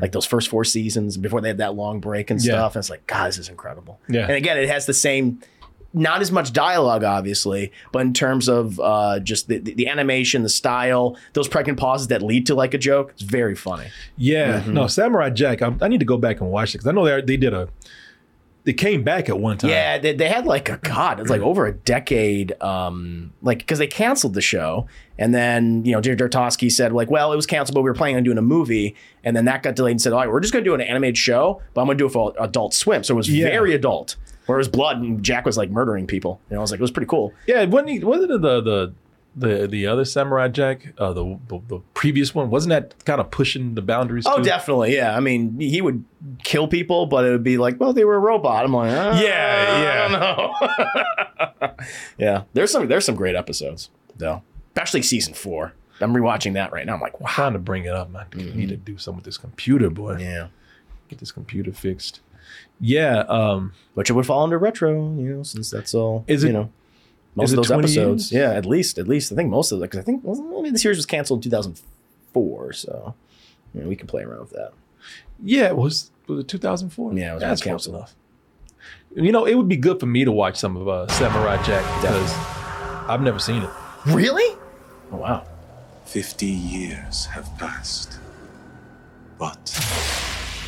Speaker 3: Like those first four seasons before they had that long break and
Speaker 2: Mm. Yeah.
Speaker 3: stuff, and it's like, God, this is incredible.
Speaker 2: Yeah.
Speaker 3: And again, it has the same, not as much dialogue, obviously, but in terms of uh, just the, the, the animation, the style, those pregnant pauses that lead to like a joke, it's very funny.
Speaker 2: yeah,
Speaker 3: mm-hmm.
Speaker 2: no, Samurai Jack. I, I need to go back and watch it because I know they they did a. They came back at one time.
Speaker 3: Yeah, they, they had like a god. It's like over a decade. Um, like because they canceled the show, and then you know Jerry Tartosky said like, well, it was canceled, but we were planning on doing a movie, and then that got delayed and said, all right, we're just gonna do an animated show, but I'm gonna do it for Adult Swim. So it was
Speaker 2: Yeah.
Speaker 3: very adult. Where it was blood and Jack was like murdering people. And I was like, it was pretty cool.
Speaker 2: yeah. Wasn't he, wasn't it the the the the other Samurai Jack? Uh, the, the the previous one wasn't that kind of pushing the boundaries?
Speaker 3: Oh,
Speaker 2: too?
Speaker 3: definitely. Yeah. I mean, he would kill people, but it would be like, well, they were a robot. I'm like, uh,
Speaker 2: Yeah, yeah.
Speaker 3: I don't know. yeah. There's some there's some great episodes though, especially season four. I'm rewatching that right now. I'm like,
Speaker 2: I'm
Speaker 3: wow.
Speaker 2: trying to bring it up. man. I need to do something with this computer, boy.
Speaker 3: Mm-hmm. Yeah.
Speaker 2: Get this computer fixed. Yeah. Um.
Speaker 3: Which it would fall under retro, you know, since that's all.
Speaker 2: Is
Speaker 3: you
Speaker 2: it-
Speaker 3: know, most
Speaker 2: is
Speaker 3: of
Speaker 2: it
Speaker 3: those
Speaker 2: 20
Speaker 3: episodes?
Speaker 2: years?
Speaker 3: Yeah, at least, at least I think most of it because I think well, I mean, the series was canceled in 2004, so you know, we can play around with that.
Speaker 2: Yeah. It was was it 2004?
Speaker 3: Yeah, it was
Speaker 2: That's close
Speaker 3: canceled.
Speaker 2: enough. You know, it would be good for me to watch some of uh, Samurai Jack because I've never seen it.
Speaker 3: Really? Oh wow.
Speaker 10: Fifty years have passed. But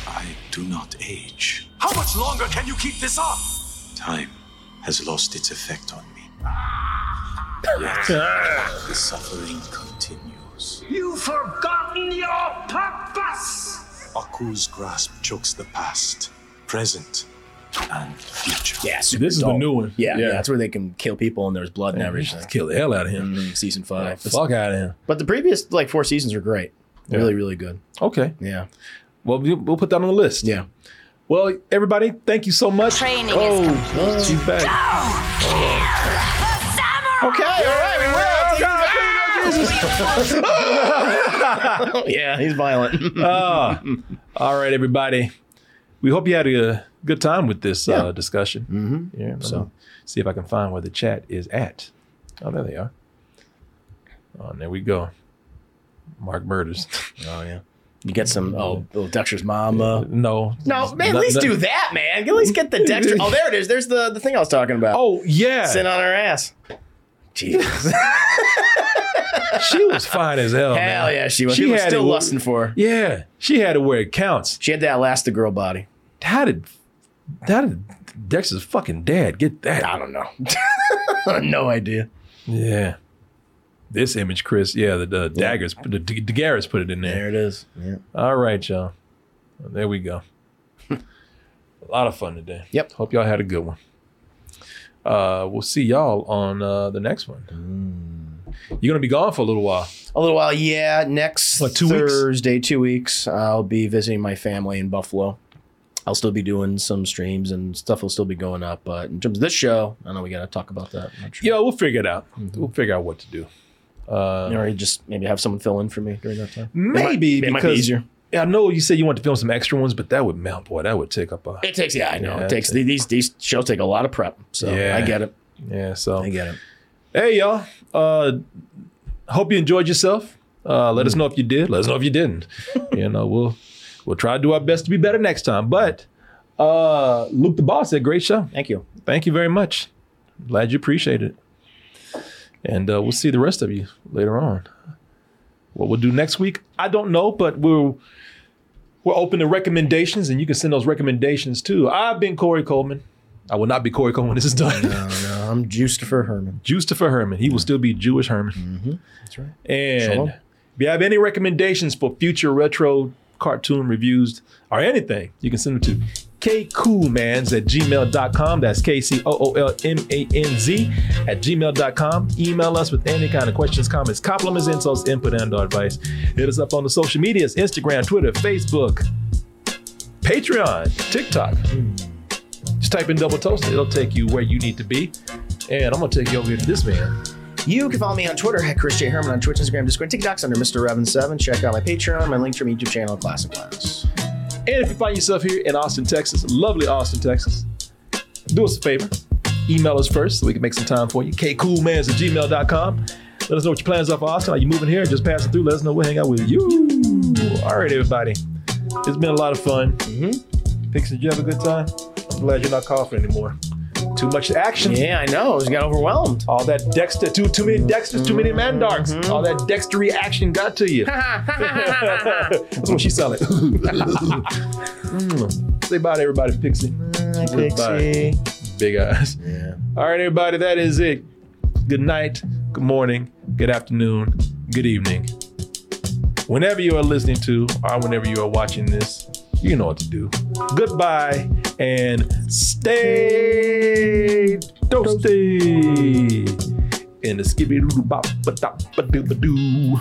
Speaker 10: I do not age.
Speaker 5: How much longer can you keep this up?
Speaker 10: Time has lost its effect on me. Yet the suffering continues.
Speaker 5: You've forgotten your purpose!
Speaker 10: Aku's grasp chokes the past, present, and future.
Speaker 3: Yeah, super
Speaker 2: This is the
Speaker 3: adult.
Speaker 2: new one.
Speaker 3: Yeah,
Speaker 2: Yeah.
Speaker 3: yeah, that's where they can kill people and there's blood and everything.
Speaker 2: Just kill the hell out of him.
Speaker 3: Mhm, Season
Speaker 2: Mm-hmm.
Speaker 3: five. But-
Speaker 2: Fuck out of him.
Speaker 3: But the previous like four seasons were great. Really, really good.
Speaker 2: Okay.
Speaker 3: Yeah.
Speaker 2: Well, we- we'll put that on the list.
Speaker 3: Yeah.
Speaker 2: Well, everybody, thank you so much.
Speaker 9: Training is
Speaker 2: oh, she's back.
Speaker 3: Okay, all right, we will. yeah, he's violent.
Speaker 2: Ah. all right, everybody. We hope you had a good time with this uh, discussion. Mm-hmm. Yeah. So, see if I can find where the chat is at. Oh, there they are. Oh, and there we go. Mark Murders.
Speaker 3: oh yeah. You get some oh little Dexter's mom. Uh,
Speaker 2: no.
Speaker 3: no, man,
Speaker 2: No-
Speaker 3: at least
Speaker 2: no-
Speaker 3: do that, man. At least get the Dexter. Oh, there it is. There's the, the thing I was talking about.
Speaker 2: Oh,
Speaker 3: Sit
Speaker 2: yeah.
Speaker 3: on her ass. Jesus.
Speaker 2: She was fine as hell.
Speaker 3: Hell
Speaker 2: man.
Speaker 3: yeah, she was.
Speaker 2: She
Speaker 3: She was
Speaker 2: had
Speaker 3: still
Speaker 2: it.
Speaker 3: lusting for her.
Speaker 2: Yeah. She had it where it counts.
Speaker 3: She had that Elastigirl body.
Speaker 2: How did how did Dexter's fucking dad get
Speaker 3: I
Speaker 2: that?
Speaker 3: don't know. no idea.
Speaker 2: Yeah. This image, Chris. Yeah, the, the daggers, the D- daggers put it in there.
Speaker 3: it is. Yeah.
Speaker 2: All right, y'all. Well, there we go. a lot of fun today.
Speaker 3: Yep.
Speaker 2: Hope y'all had a good one. Uh, we'll see y'all on uh, the next one.
Speaker 3: Mm.
Speaker 2: You're gonna be gone for a little while.
Speaker 3: A little while, yeah. Next
Speaker 2: What, two weeks?
Speaker 3: Thursday, two weeks, I'll be visiting my family in Buffalo. I'll still be doing some streams and stuff will still be going up. But in terms of this show, I know we got to talk about that. I'm not sure.
Speaker 2: Yeah, we'll figure it out.
Speaker 3: Mm-hmm.
Speaker 2: We'll figure out what to do. Uh,
Speaker 3: Or just maybe have someone fill in for me during that time.
Speaker 2: maybe
Speaker 3: It might- it might be
Speaker 2: because
Speaker 3: easier.
Speaker 2: Yeah, I know you said you want to film some extra ones, but that would mount boy, that would take up a
Speaker 3: It takes, yeah, I know.
Speaker 2: Yeah,
Speaker 3: it takes,
Speaker 2: it-
Speaker 3: these, these shows take a lot of prep. So
Speaker 2: Yeah.
Speaker 3: I get it.
Speaker 2: yeah. So
Speaker 3: I get it.
Speaker 2: hey y'all, uh, hope you enjoyed yourself. Uh, let us
Speaker 3: Mm.
Speaker 2: know if you did. Let us know if you didn't. you know, we'll we'll try to do our best to be better next time. But uh, Luke the Boss said, great show.
Speaker 3: Thank you.
Speaker 2: Thank you very much. Glad you appreciate it. And uh, we'll see the rest of you later on. What we'll do next week, I don't know, but we'll we're open to recommendations, and you can send those recommendations too. I've been Corey Coleman. I will not be Corey Coleman when this is done.
Speaker 3: No, I'm juiced for Herman.
Speaker 2: Justifer Herman. He will still be Jewish Herman.
Speaker 3: Mm-hmm. That's right.
Speaker 2: And
Speaker 3: Shalom.
Speaker 2: if you have any recommendations for future retro cartoon reviews or anything, you can send them to kcoolmans at gmail.com. That's K C O O L M A N Z at gmail.com. Email us with any kind of questions, comments, compliments, insults, input, and or advice. Hit us up on the social medias Instagram, Twitter, Facebook, Patreon, TikTok.
Speaker 3: Hmm.
Speaker 2: Just type in double toast, it'll take you where you need to be. And I'm going to take you over here to this man.
Speaker 3: You can follow me on Twitter at Chris J. Herman on Twitch, Instagram, Discord, TikToks under Mr. Revan7. Check out my Patreon, my link to my YouTube channel, Classic Class.
Speaker 2: And if you find yourself here in Austin, Texas, lovely Austin, Texas, do us a favor. Email us first so we can make some time for you. kcoolmans at gmail.com. Let us know what your plans are for Austin. Are you moving here? Just passing through? Let us know. We'll hang out with you. All right, everybody. It's been a lot of fun. Mm-hmm. Pixie, did you have a good time? I'm glad you're not coughing anymore. Too much action.
Speaker 3: Yeah, I know. I just got overwhelmed.
Speaker 2: All that Dexter, too too many Dexters, too many Mandarks. All that Dexter reaction got to you. That's what she sounded. like. Mm. Say bye to everybody, Pixie. Goodbye. Big eyes.
Speaker 3: Yeah.
Speaker 2: All right, everybody, that is it. Good night, good morning, good afternoon, good evening. Whenever you are listening to or whenever you are watching this, you know what to do. Goodbye and stay toasty. In the skibbity doo bop ba doo ba doo.